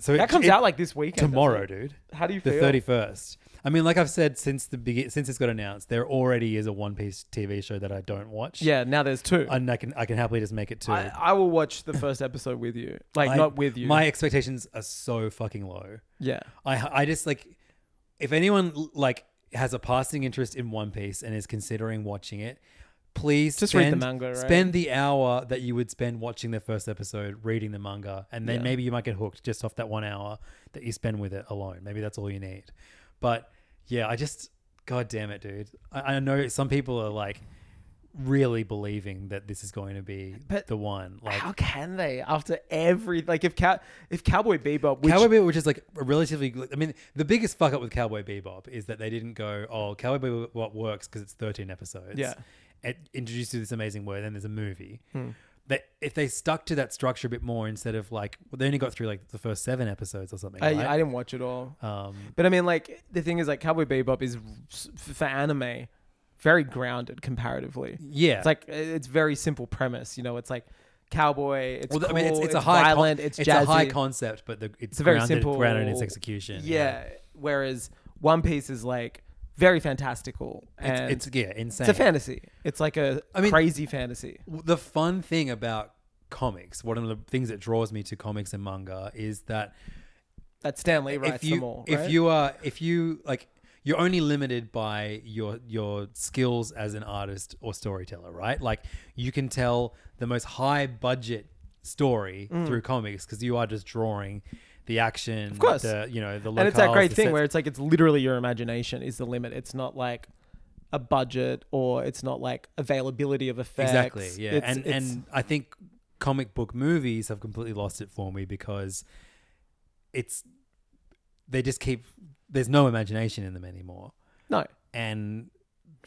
So
That
it-
comes
it-
out like this weekend.
tomorrow,
doesn't it?
dude.
How do you
The
feel?
thirty first. I mean, like I've said since the begin, since it's got announced, there already is a One Piece TV show that I don't watch.
Yeah, now there's two. I,
and I can I can happily just make it two.
I, will watch the first episode with you. Like,
I-
not with you.
My expectations are so fucking low.
yeah.
I I just like if anyone like has a passing interest in One Piece and is considering watching it, please
Just read the
spend,
manga, right?
Spend the hour that you would spend watching the first episode reading the manga, and then maybe you might get hooked just off that one hour that you spend with it alone. Maybe that's all you need. But yeah, I just god damn it, dude. I, I know some people are like really believing that this is going to be
But
the one. Like
How can they after every like if cow if Cowboy Bebop which
Cowboy Bebop, which is like a relatively, I mean, the biggest fuck up with Cowboy Bebop is that they didn't go, oh, Cowboy Bebop works because it's 13 episodes.
Yeah. Hmm.
It introduces this amazing word, then there's a movie. That if they stuck to that structure a bit more instead of like, well, they only got through like the first seven episodes or something.
I,
right?
I didn't watch it all,
um,
but I mean like the thing is like Cowboy Bebop is f- for anime. very grounded comparatively.
Yeah.
It's like it's very simple premise. You know, it's like cowboy. It's
Well,
cool,
I mean, it's, it's a high con-
violent. it's
a high
jazzy.
concept, but the, it's,
It's a very
grounded,
simple
grounded in its execution.
Yeah. Whereas One Piece is like very fantastical. And
it's, it's yeah, insane.
it's a fantasy. It's like a
I mean-
crazy fantasy.
the fun thing about comics, one of the things that draws me to comics and manga is that
That Stanley writes
if you
them all.
if
right?
you are if you like you're only limited by your your skills as an artist or storyteller, right? Like you can tell the most high budget story
Mm.
through comics because you are just drawing the action, of
course.
the you know the locales,
and it's that great
the
thing
sets.
where it's like it's literally your imagination is the limit. It's not like a budget or it's not like availability of effects.
Exactly. Yeah.
It's-
and
it's-
and I think comic book movies have completely lost it for me because it's they just keep there's no imagination in them anymore.
no.
And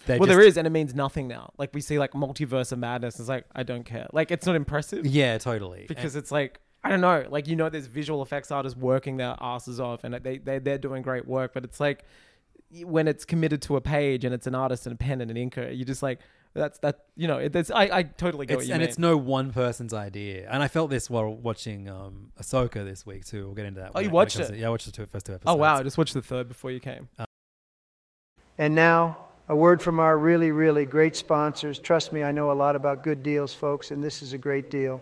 they
Well,
just,
there is, and it means nothing now. Like we see like multiverse of madness. It's like I don't care. Like it's not impressive
Yeah, totally.
because it's like I don't know. Like you know, there's visual effects artists working their asses off, and they they they're doing great work. But it's like when it's committed to a page and it's an artist and a pen and an inker, you just like that's that you know. It, that's I I totally get
It's-
what you
and
mean.
it's no one person's idea. And I felt this while watching um, Ahsoka this week too. We'll get into that. when
Oh, you
when
watched
comes
it?
to- yeah, I watched the two, first two episodes.
oh wow! I just watched the third before you came.
And now, a word from our really, really great sponsors. Trust me, I know a lot about good deals, folks, and this is a great deal.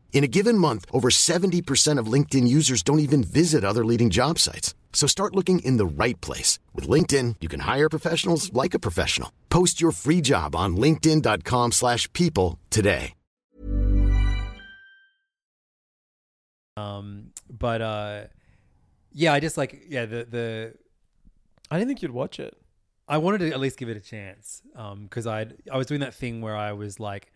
In a given month, over 70% of LinkedIn users don't even visit other leading job sites. So start looking in the right place. With LinkedIn, you can hire professionals like a professional. Post your free job on linkedin.com/people slash people today.
Um, but uh, yeah, I just like yeah the the
I didn't think you'd watch it.
I wanted to at least give it a chance because I I was doing that thing where I was like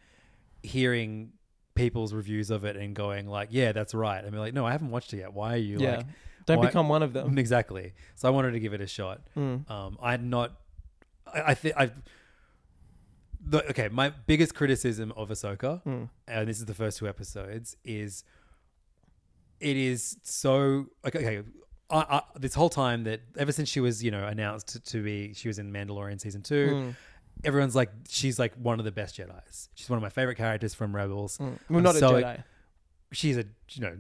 hearing people's reviews of it and going like, yeah, that's right. I mean, like, no, I haven't watched it yet. Why are you
Yeah.
like?
Don't
why-"
become one of them. Hmm.
Exactly. So I wanted to give it a shot. Um, I had not. I, I think I've. The, okay, my biggest criticism of Ahsoka,
Hmm.
and this is the first two episodes, is it is so okay. okay I, I, this whole time that ever since she was you know announced to, to be she was in Mandalorian season two,
Hmm.
everyone's like she's like one of the best Jedi's. She's one of my favorite characters from Rebels.
Well,
I'm
not
Mm. so-
a Jedi.
She's a you know,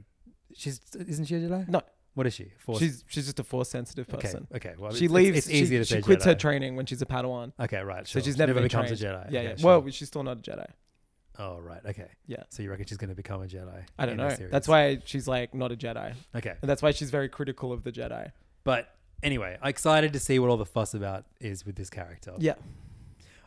she's isn't she a Jedi?
No.
What is she? Force.
She's she's just a force sensitive
Okay,
person.
okay, well,
she
it's-
leaves.
it's easier to
she, she
say
quits her
Jedi.
training when she's a Padawan,
okay, right.
so
sure.
she's
She
never, been
becomes
trained.
a Jedi.
Yeah,
Okay,
yeah.
sure.
Well, she's still not a Jedi.
Oh, right. Okay.
Yeah.
So you reckon she's going to become a Jedi?
I don't
in the
know.
series?
That's why she's like not a Jedi,
Okay.
and that's why she's very critical of the Jedi.
But anyway, I'm excited to see what all the fuss about is with this character.
Yeah,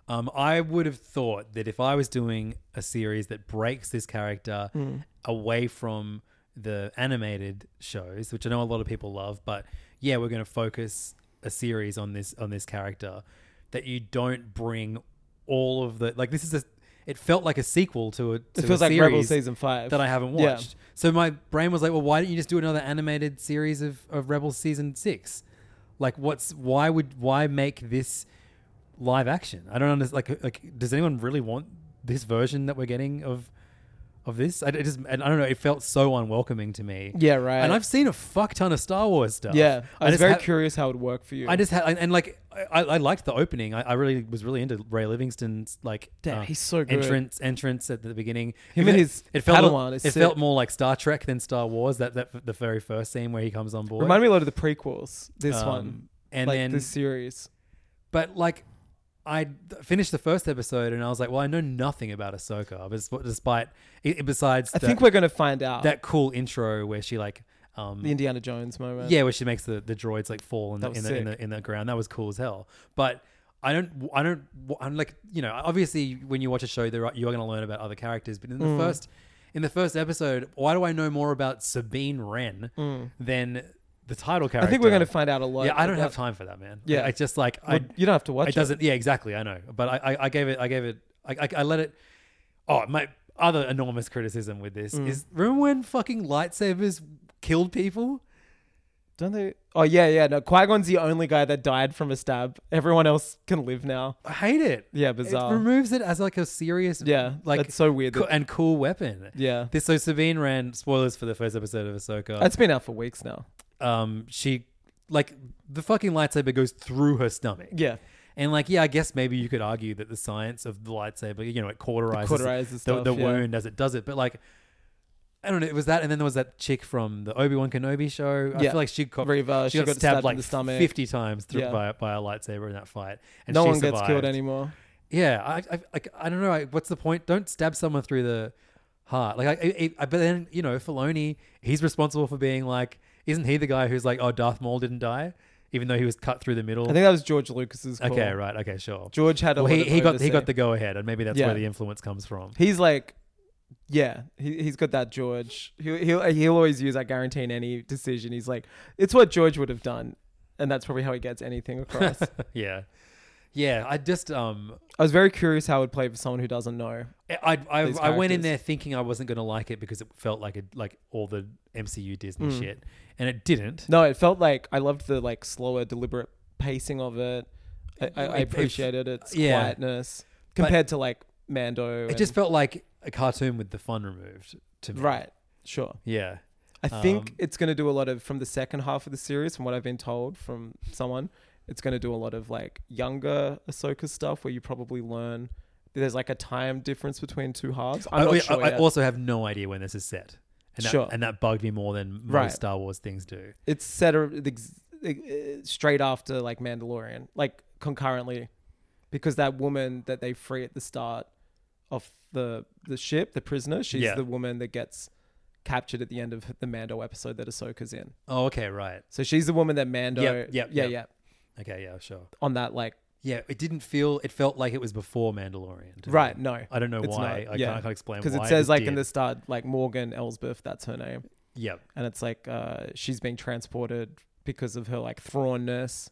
Um, I would have thought that if I was doing a series that breaks this character
Hmm.
away from the animated shows, which I know a lot of people love, but yeah, we're going to focus a series on this on this character that you don't bring all of the like. This is a. It felt like a sequel to a. To
it
a
feels like
series
Rebel season five
that I haven't
Yeah.
watched. So my brain was like, well, why don't you just do another animated series of, of Rebels season six? Like, what's why would why make this live action? I don't understand. Like, like does anyone really want this version that we're getting of of this? I, it just I don't know. It felt so unwelcoming to me.
Yeah, right.
And I've seen a fuck ton of Star Wars stuff.
Yeah, I was
just
very
ha-
curious how it would work for you.
I just had and, and, like I, I liked the opening. I, I really was really into Ray Livingston's like uh,
Damn, he's so good.
entrance entrance at the beginning.
Him and his
it felt
Padawan is
it
sick.
felt more like Star Trek than Star Wars. That that the very first scene where he comes on board.
remind me a lot of the prequels. This
Um,
one
and
like
then
this series.
but like I th- finished the first episode and I was like, well, I know nothing about Ahsoka, bes- despite i- besides
I
that,
think we're gonna find out.
that cool intro where she like. Um,
The Indiana Jones moment.
yeah, where she makes the, the droids like fall in the,
That was
in, the, in,
sick.
the in the ground. That was cool as hell. But I don't I don't I'm like you know obviously when you watch a show there are, you are going to learn about other characters. But in the
Mm.
first in the first episode, why do I know more about Sabine Wren than the title character?
Mm. I think we're going to find out a lot.
Yeah, I don't
about-
have time for that, man.
Yeah.
it's just like
Well,
I,
you don't have to watch
it.
it.
Doesn't. Yeah, exactly. I know, but I, I, I gave it. I gave it. I, I, I let it. Oh, my other enormous criticism with
Mm.
this is remember when fucking lightsabers killed people?
Don't they? Oh yeah, yeah. No, Qui Gon's the only guy that died from a stab. Everyone else can live now.
I hate it.
Yeah,
It
bizarre.
removes it as like a serious.
Yeah,
like
that's so weird
co-
that-
and cool weapon.
Yeah.
This so Sabine Rand spoilers for the first episode of Ahsoka.
That's been out for weeks now.
um, she like the fucking lightsaber goes through her stomach.
Yeah.
And like, yeah, I guess maybe you could argue that the science of the lightsaber, you know, it cauterizes,
Cauterizes
the,
stuff,
the
yeah.
wound as it does it. But like, I don't know. It was that, and then there was that chick from the Obi Wan Kenobi show. I
Yeah.
feel like she got
Reva, she got stabbed in
like
the stomach.
fifty times through,
Yeah.
by by a lightsaber in that fight, and
no
she
one gets
survived.
killed anymore.
Yeah, I I, I, I don't know. I, what's the point? Don't stab someone through the heart. Like, I, I, I, but then you know, Filoni, he's responsible for being like, isn't he the guy who's like, oh, Darth Maul didn't die, even though he was cut through the middle.
I think that was George Lucas's. Call.
Okay, right. Okay, sure.
George had a
Well,
lot
he,
of
he got he
oversee.
got the go ahead, and maybe that's
Yeah.
where the influence comes from.
He's like, yeah, he he's got that George. He he'll he'll always use. I guarantee in any decision, he's like, it's what George would have done, and that's probably how he gets anything across.
yeah, yeah. I just um,
I was very curious how it would play for someone who doesn't know.
I I,
These
I went in
characters.
there thinking I wasn't going to like it because it felt like a, like all the MCU Disney shit, and it didn't.
Hmm. No, it felt like I loved the like slower, deliberate pacing of it. I, I, I
It- it-
appreciated its
yeah.
quietness compared to like Mando.
It just felt like a cartoon with the fun removed to me.
right. Sure.
Yeah.
I think
Um,
it's going to do a lot of from the second half of the series, from what I've been told from someone. It's going to do a lot of like younger Ahsoka stuff where you probably learn that there's like a time difference between two halves. I'm
I,
not
I-
sure
I
yet.
also have no idea when this is set. And that,
Sure.
And that bugged me more than most
Right.
Star Wars things do.
it's set a- the ex- uh, straight after like Mandalorian, like concurrently, because that woman that they free at the start of the the ship, the prisoner, she's
Yeah.
the woman that gets captured at the end of the Mando episode that Ahsoka's in.
Oh, okay, right.
So she's the woman that Mando,
Yep, yep,
yeah,
yep.
yeah,
Okay, yeah, sure.
on that like
Yeah, it didn't feel. It felt like it was before Mandalorian. to me.
right. No,
I don't know
it's
why.
not.
I, can't, I can't explain
because
why
it says like in
did.
the start like Morgan Elsbeth, that's her name,
Yep.
and it's like uh, she's being transported because of her like thrownness,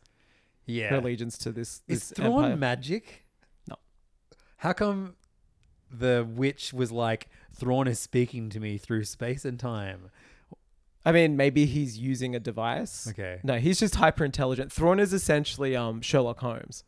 Yeah.
her allegiance to this.
Is
this
Thrawn
empire.
magic?
No.
How come the witch was like Thrawn is speaking to me through space and time?
I mean, maybe he's using a device.
Okay.
No, he's just hyper intelligent. Thrawn is essentially um Sherlock Holmes.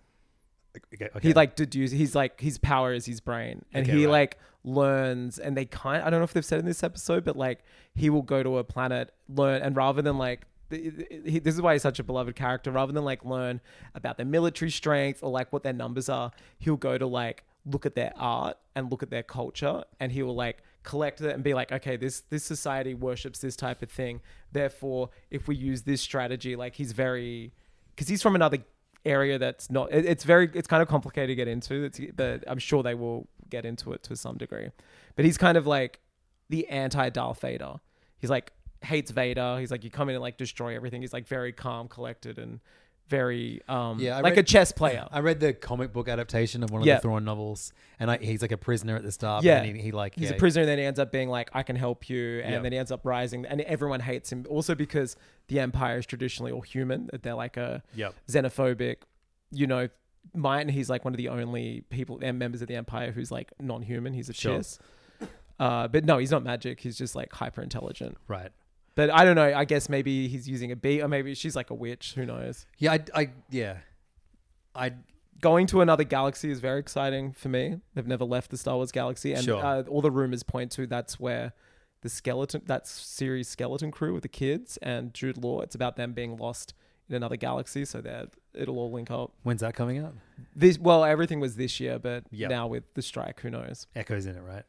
Okay.
He like deduces. He's like his power is his brain, and
Okay,
he
right.
like learns. And they kind. I don't know if they've said in this episode, but like he will go to a planet, learn, and rather than like. th- th- He, this is why he's such a beloved character. Rather than like learn about their military strength or like what their numbers are, he'll go to like look at their art and look at their culture, and he will like collect it and be like, okay, this this society worships this type of thing. Therefore, if we use this strategy, like he's very because he's from another area that's not it- it's very it's kind of complicated to get into it's, but i'm sure they will get into it to some degree but he's kind of like the anti darth vader he's like hates vader he's like you come in and like destroy everything he's like very calm collected and very um
Yeah, I
like a
read-
chess player
I read the comic book adaptation of one of
Yeah.
the Thrawn novels, and I, he's like a prisoner at the start.
yeah
and he, he like
he's
yeah,
a prisoner and then he ends up being like i can help you and
Yeah.
then he ends up rising and everyone hates him also because the empire is traditionally all human that they're like a
Yep.
xenophobic, you know, mine. He's like one of the only people and members of the empire who's like non-human. He's a
Sure.
chiss. Uh, but no, he's not magic. He's just like hyper intelligent.
Right.
But I don't know. I guess maybe he's using a bee, or maybe she's like a witch. Who knows?
Yeah. I. I yeah. I.
Going to another galaxy is very exciting for me. They've never left the Star Wars galaxy, and
Sure.
uh, all the rumors point to that's where the skeleton, that series skeleton crew with the kids and Jude Law. It's about them being lost in another galaxy, so that it'll all link up.
When's that coming out?
This well, everything was this year, but
Yep.
now with the strike, who knows?
Echo's in it, right?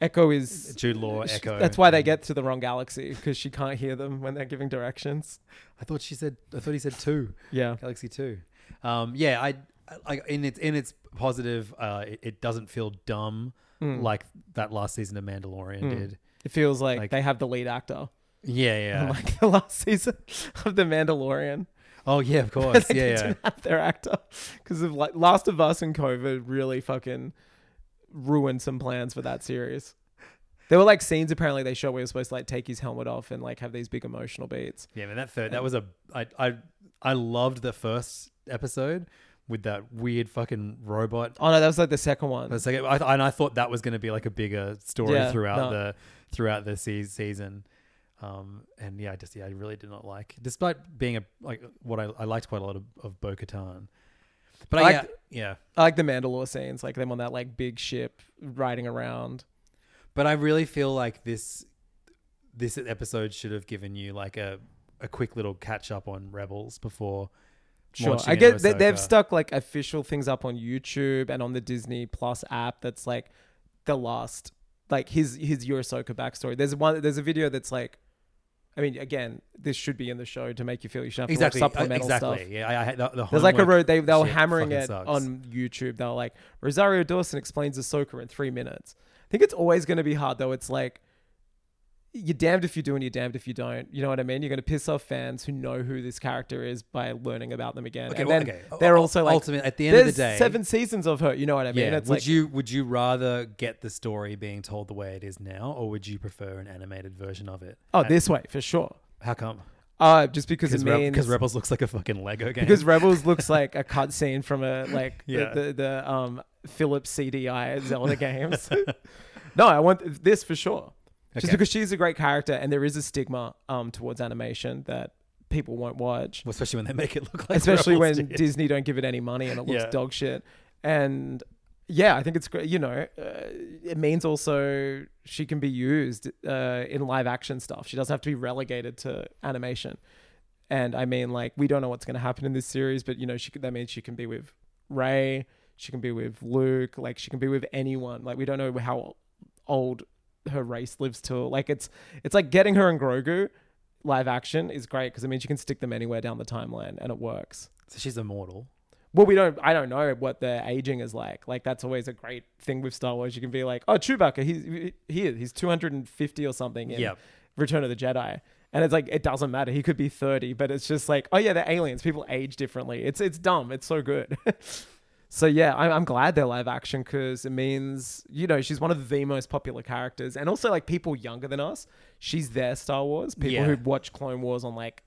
Echo is
Jude Law,
sh-
Echo.
That's why they get to the wrong galaxy because she can't hear them when they're giving directions.
I thought she said. I thought he said two.
Yeah,
Galaxy Two. Um, yeah, I, I in its in its positive, uh, it, it doesn't feel
Hmm.
dumb like that last season of Mandalorian did.
it feels like,
Like-
they have the lead actor.
Yeah, yeah.
like the last season of The Mandalorian.
oh yeah, of
They
course. yeah, yeah.
didn't have their actor because of like Last of Us and COVID really fucking ruined some plans for that series. There were like scenes apparently they shot where he was supposed to like take his helmet off and like have these big emotional beats.
Yeah, man, that third that was a I I I loved the first episode with that weird fucking robot.
Oh no, that was like the second one.
The second, I, and I thought that was going to be like a bigger story
Yeah,
throughout
no.
the throughout the se- season. Um, and yeah, I just yeah, I really did not like, despite being a like what I, I liked quite a lot of, of Bo Katan. But I,
I
yeah,
liked-
yeah,
I like the Mandalore scenes, like them on that like big ship riding around.
But I really feel like this this episode should have given you like a a quick little catch up on Rebels before.
Sure,
launching
I
into
get they, they've
Ahsoka.
stuck like official things up on YouTube and on the Disney Plus app. That's like the last, like his his Yurisoka backstory. There's one. There's a video that's like, I mean, again, this should be in the show to make you feel you should have
exactly Uh,
to watch supplemental
exactly.
stuff.
Yeah, I, I had the, the
There's like a
homework
road they they were
shit
hammering
fucking
it
sucks.
on YouTube. They were like Rosario Dawson explains Ahsoka in three minutes. I think it's always going to be hard though. It's like you're damned if you do and you're damned if you don't. You know what I mean? You're going to piss off fans who know who this character is by learning about them again.
Okay,
and
well,
then
okay. U-
they're
u-
also like
ultimate- at the end of the
"There's
day-
seven seasons of her. You know what I mean?
Yeah,
It's
would
like,
you would you rather get the story being told the way it is now, or would you prefer an animated version of it?
oh, this way for sure.
How come?
Uh, just because it
Because
means
Rebels looks like a fucking Lego game.
because Rebels looks like a cutscene from a like
Yeah.
the, the the um Philips CDI Zelda games. no, I want this for sure. Just
Okay.
because she's a great character and there is a stigma um towards animation that people won't watch,
Well, especially when they make it look like
especially when
Rebels did.
Disney don't give it any money and it looks
Yeah.
dog shit. And yeah, I think it's great. You know, uh, it means also she can be used uh, in live action stuff. She doesn't have to be relegated to animation. And I mean, like, we don't know what's going to happen in this series, but you know, she could- that means she can be with Ray, she can be with Luke, like she can be with anyone. Like, we don't know how old her race lives till. Like, it's it's like getting her in Grogu live action is great because it means you can stick them anywhere down the timeline and it works.
so she's immortal.
Well, we don't. I don't know what their aging is like. Like that's always a great thing with Star Wars. You can be like, oh, Chewbacca, he's he- he is he's two hundred and fifty or something in
Yep.
Return of the Jedi, and it's like it doesn't matter. He could be thirty, but it's just like, oh yeah, they're aliens. People age differently. It's it's dumb. It's so good. so yeah, I'm, I'm glad they're live action because it means you know she's one of the most popular characters, and also like people younger than us, she's their Star Wars. People
Yeah.
who watch Clone Wars on like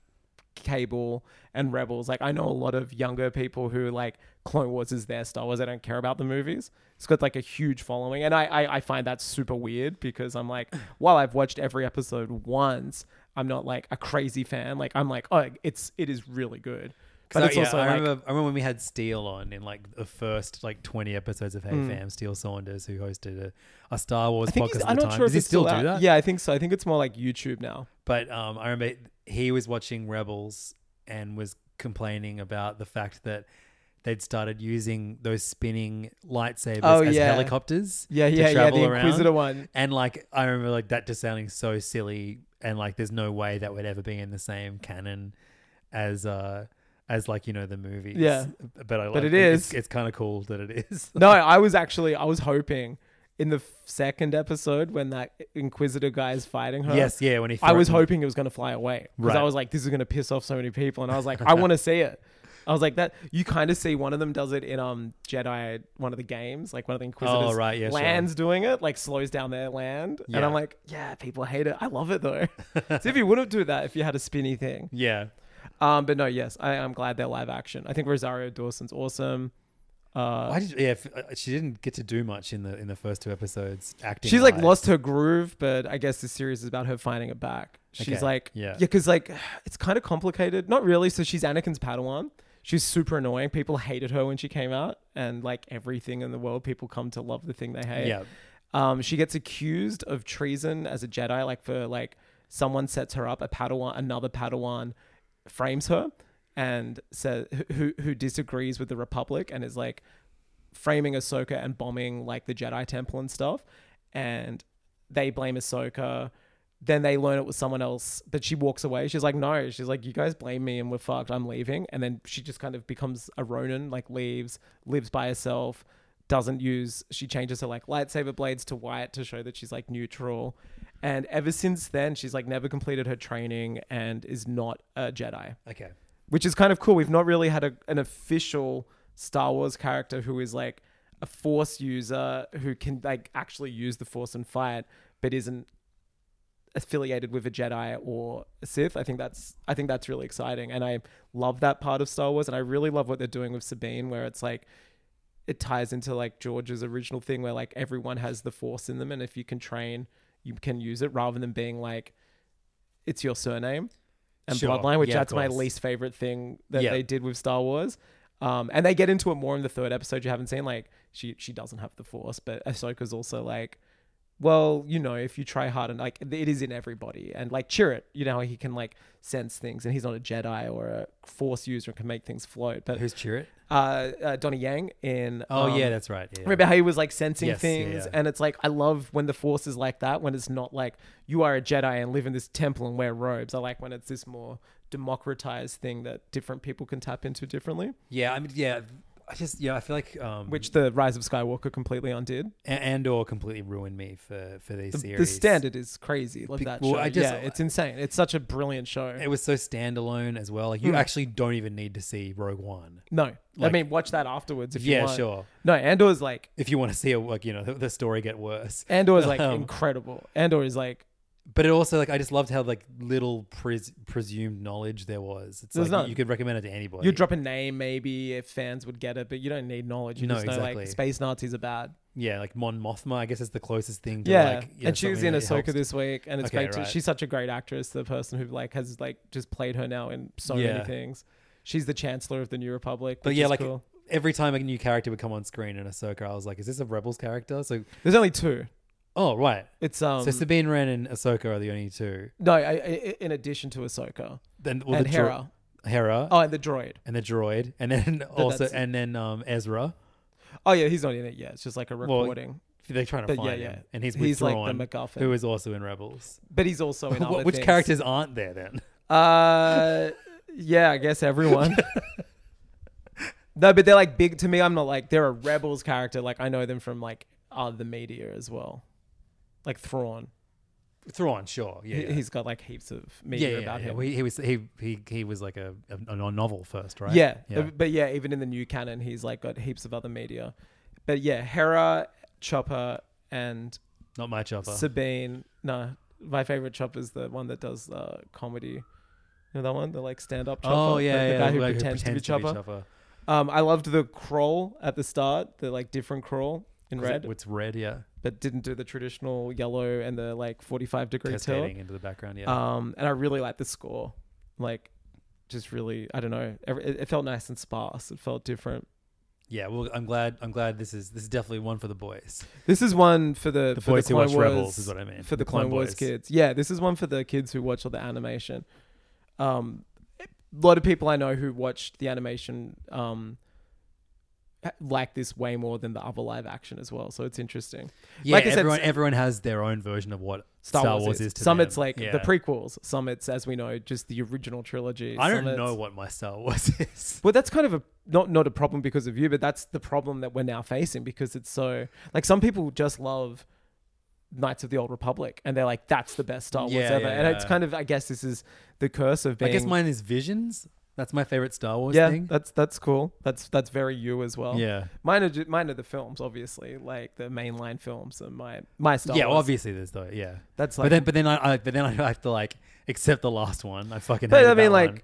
cable and rebels like i know a lot of younger people who like clone wars is their star wars i don't care about the movies it's got like a huge following and I, I i find that super weird because i'm like while i've watched every episode once i'm not like a crazy fan like i'm like oh it's it is really good but
So,
it's
yeah,
also
I
like
remember, I remember when we had Steele on in like the first like twenty episodes of Hey Fam. Steele Saunders, who hosted a, a Star Wars
Hmm. i think
podcast
he's,
at
i'm
the
not
time.
sure if
Does he
it's
still
out.
do that?
yeah i think so i think it's more like youtube now
But um, I remember he was watching Rebels and was complaining about the fact that they'd started using those spinning lightsabers
Oh,
as
yeah.
helicopters.
Yeah,
to
yeah, yeah,
travel
the
around.
Inquisitor one.
And like I remember, like that just sounding so silly, and like there's no way that would ever be in the same canon as uh as like you know the movies.
Yeah.
but I like,
But it
It's,
is.
it's kind of cool that it is.
no, I was actually I was hoping in the f- second episode when that Inquisitor guy is fighting her.
Yes, yeah, when he
Uh-huh. I was
threatened-
hoping it was going to fly away because
Right.
I was like, this is going to piss off so many people, and I was like, I want to see it. I was like that. You kind of see one of them does it in um Jedi, one of the games, like one of the Inquisitors
Oh, right, yeah, sure.
lands doing it, like slows down their land, and
Yeah.
I'm like, yeah, people hate it. I love it though. so if you wouldn't do that, if you had a spinny thing,
yeah,
um, but no, yes, I, I'm glad they're live action. I think Rosario Dawson's awesome. Uh,
Why did yeah? f- uh, She didn't get to do much in the in the first two episodes acting.
She's like
wise.
lost her groove, but I guess this series is about her finding it back. She's
Okay,
like,
yeah.
yeah, because like it's kind of complicated. Not really. So she's Anakin's Padawan. She's super annoying. People hated her when she came out, and like everything in the world, people come to love the thing they hate.
Yeah.
Um, she gets accused of treason as a Jedi, like for like someone sets her up, a Padawan, another Padawan frames her and says who who disagrees with the Republic and is like framing Ahsoka and bombing like the Jedi Temple and stuff. And they blame Ahsoka. Then they learn it was someone else, but she walks away. She's like, no, she's like, you guys blame me and we're fucked. I'm leaving. And then she just kind of becomes a Ronin, like leaves, lives by herself, doesn't use, she changes her like lightsaber blades to white to show that she's like neutral. And ever since then, she's like never completed her training and is not a Jedi,
Okay.
which is kind of cool. We've not really had a, an official Star Wars character who is like a Force user who can like actually use the Force and fight, but isn't affiliated with a Jedi or a Sith. I think that's I think that's really exciting, and I love that part of Star Wars, and I really love what they're doing with Sabine, where it's like it ties into like George's original thing, where like everyone has the Force in them, and if you can train, you can use it, rather than being like it's your surname and
Sure.
bloodline, which
Yeah, of
that's my
course.
least favorite thing that
Yeah.
they did with Star Wars. Um, and they get into it more in the third episode you haven't seen. Like she she doesn't have the Force, but Ahsoka's also like well, you know, if you try hard and like it is in everybody, and like Chirrut, you know, he can like sense things, and he's not a Jedi or a Force user and can make things float. But
Who's Chirrut?
uh, uh, Donnie Yang in
Oh
um,
yeah, that's right. Yeah.
Remember how he was like sensing
Yes, yeah,
things,
yeah.
and it's like I love when the Force is like that. When it's not like you are a Jedi and live in this temple and wear robes. I like when it's this more democratized thing that different people can tap into differently,
Yeah, I mean, yeah. I just yeah, I feel like um,
which the Rise of Skywalker completely undid.
A- Andor completely ruined me for for these
The,
series.
the standard is crazy. Love
Be-
that
well,
show.
I just-
yeah, it's insane. It's such a brilliant show.
It was so standalone as well. Like you
Hmm.
actually don't even need to see Rogue One
No,
Like-
I mean watch that afterwards if you
Yeah,
want.
sure.
No, Andor's like
if you want to see a like you know the, the story get worse.
Andor's like
Um,
incredible. Andor is like
but it also like I just loved how like little pres- presumed knowledge there was. It's
There's
like
none.
you could recommend it to anybody.
you drop a name maybe if fans would get it, but you don't need knowledge. You
No,
just know
exactly.
like space Nazis are bad.
yeah, like Mon Mothma. I guess is the closest thing. to
yeah,
like, you know,
and she was
something
in
that
Ahsoka
helps-
this week, and it's
Okay,
great. to-
right.
She's such a great actress. The person who like has like just played her now in so
Yeah.
many things. She's the Chancellor of the New Republic.
But
which
yeah,
is
like
cool.
every time a new character would come on screen in Ahsoka, I was like, is this a Rebels character? So
there's only two.
oh right.
It's um
so Sabine Wren and Ahsoka are the only two.
no, I, I, in addition to Ahsoka
Then well,
and
the dro-
Hera.
Hera,
oh, and the droid.
and the droid, and then also
that's-
and then um Ezra.
Oh yeah, he's not in it yet. It's just like a recording.
They're trying to
But
find
yeah, yeah.
him, and he's
He's like the
withdrawn.
MacGuffin.
who is also in Rebels.
but he's also in
Wh-
other
Which
things.
characters aren't there then?
Uh, yeah, I guess everyone. no, but they're like big to me. I'm not like they're a rebels character. Like I know them from like other media as well, like Thrawn.
Thrawn, sure, yeah,
He-
yeah.
He's got like heaps of
yeah,
media
yeah,
about
yeah.
him.
Well, he, he was he he he was like a, a, a novel first, right?
Yeah, uh,
yeah.
but yeah, even in the new canon, he's like got heaps of other media. But yeah, Hera, Chopper, and
Not my chopper.
Sabine. No, my favorite chopper is the one that does uh, comedy. You know that one, the like stand-up chopper.
oh
the-
yeah,
the
yeah,
guy who,
like
pretends to be
pretends
chopper. Um, I loved the crawl at the start, the like different crawl in
'Cause it-
red,
It's red, yeah.
but didn't do the traditional yellow and the like 45 degree tilt.
Cascading into the background, yeah.
Um, and I really liked the score, like just really, I don't know, every- it, it felt nice and sparse. It felt different.
yeah. Well, I'm glad. I'm glad this is this is definitely one for the boys.
This is one for the,
The
for
boys
the
who
Clone
watch
Wars,
Rebels is what I mean.
For
The
the
Clone
Clone Wars
Boys.
kids. Yeah, this is one for the kids who watch all the animation. Um, a lot of people I know who watched the animation um, ha- like this way more than the other live action as well. So it's interesting.
Yeah,
Like I said,
everyone
s-
everyone has their own version of what
Star, Wars, is.
to
some
them.
it's like
Yeah.
the prequels. Some it's as we know just the original trilogy.
I
Some
don't
it's-
know what my Star Wars is.
Well, that's kind of a not not a problem because of you, but that's the problem that we're now facing because it's so like some people just love Knights of the Old Republic and they're like that's the best Star Wars
Yeah,
ever,
yeah,
and it's
yeah.
kind of I guess this is the curse of being.
I guess mine is Visions. That's my favorite Star Wars
yeah,
thing.
that's that's cool. That's that's very you as well.
Yeah.
mine are ju- mine are the films, obviously, like the mainline films and my my Star
yeah,
Wars.
obviously there's though. Yeah,
That's
but
like-
then but then I, I but then I have to like accept the last one. I fucking.
But
hated
I mean,
that
like,
one.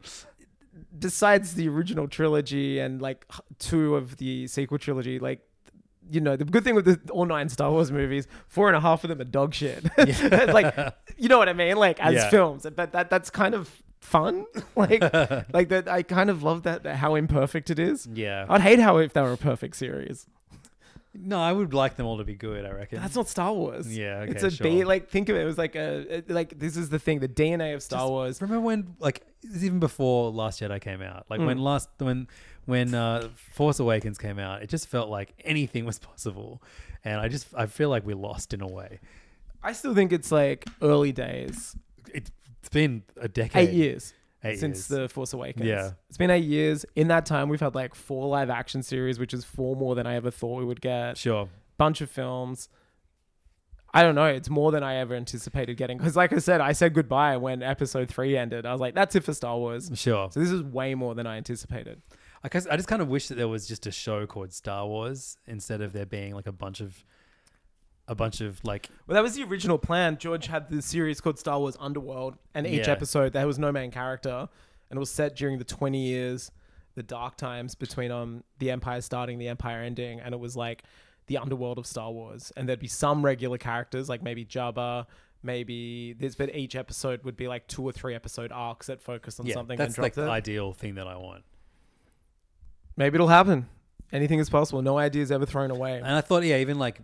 besides the original trilogy and like h- two of the sequel trilogy, like you know, the good thing with the all nine Star Wars movies, four and a half of them are dog shit. It's like, you know what I mean? Like as
Yeah.
films, but that that's kind of fun. like, like that. I kind of love that, that how imperfect it is.
Yeah.
I'd hate how if they were a perfect series.
no, I would like them all to be good. I reckon.
That's not Star Wars.
Yeah,
it's
okay,
a B.
sure.
Like think of it, it was like a it- like this is the thing, the DNA of Star
Just
Wars.
Remember when like it was even before Last Jedi came out, like when last when when uh, Force Awakens came out, it just felt like anything was possible, and I just I feel like we lost in a way.
I still think it's like early days.
It's been a decade.
eight years
Eight
since
years.
the Force Awakens.
Yeah.
it's been eight years. In that time, we've had like four live action series, which is four more than I ever thought we would get.
Sure.
Bunch of films. I don't know. It's more than I ever anticipated getting. Because, like I said, I said goodbye when episode three ended. I was like, that's it for Star Wars.
Sure.
So, this is way more than I anticipated.
I guess I just kind of wish that there was just a show called Star Wars instead of there being like a bunch of a bunch of like
Well, that was the original plan. George had the series called Star Wars Underworld, and each
Yeah.
episode there was no main character, and it was set during the twenty years, the dark times between um the Empire starting, the Empire ending, and it was like the underworld of Star Wars, and there'd be some regular characters like maybe Jabba. Maybe this, but each episode would be like two or three episode arcs that focused on
yeah,
something. and
that's like
dropped
the
it.
ideal thing that I want.
Maybe it'll happen. Anything is possible. No idea is ever thrown away.
And I thought, yeah, even like,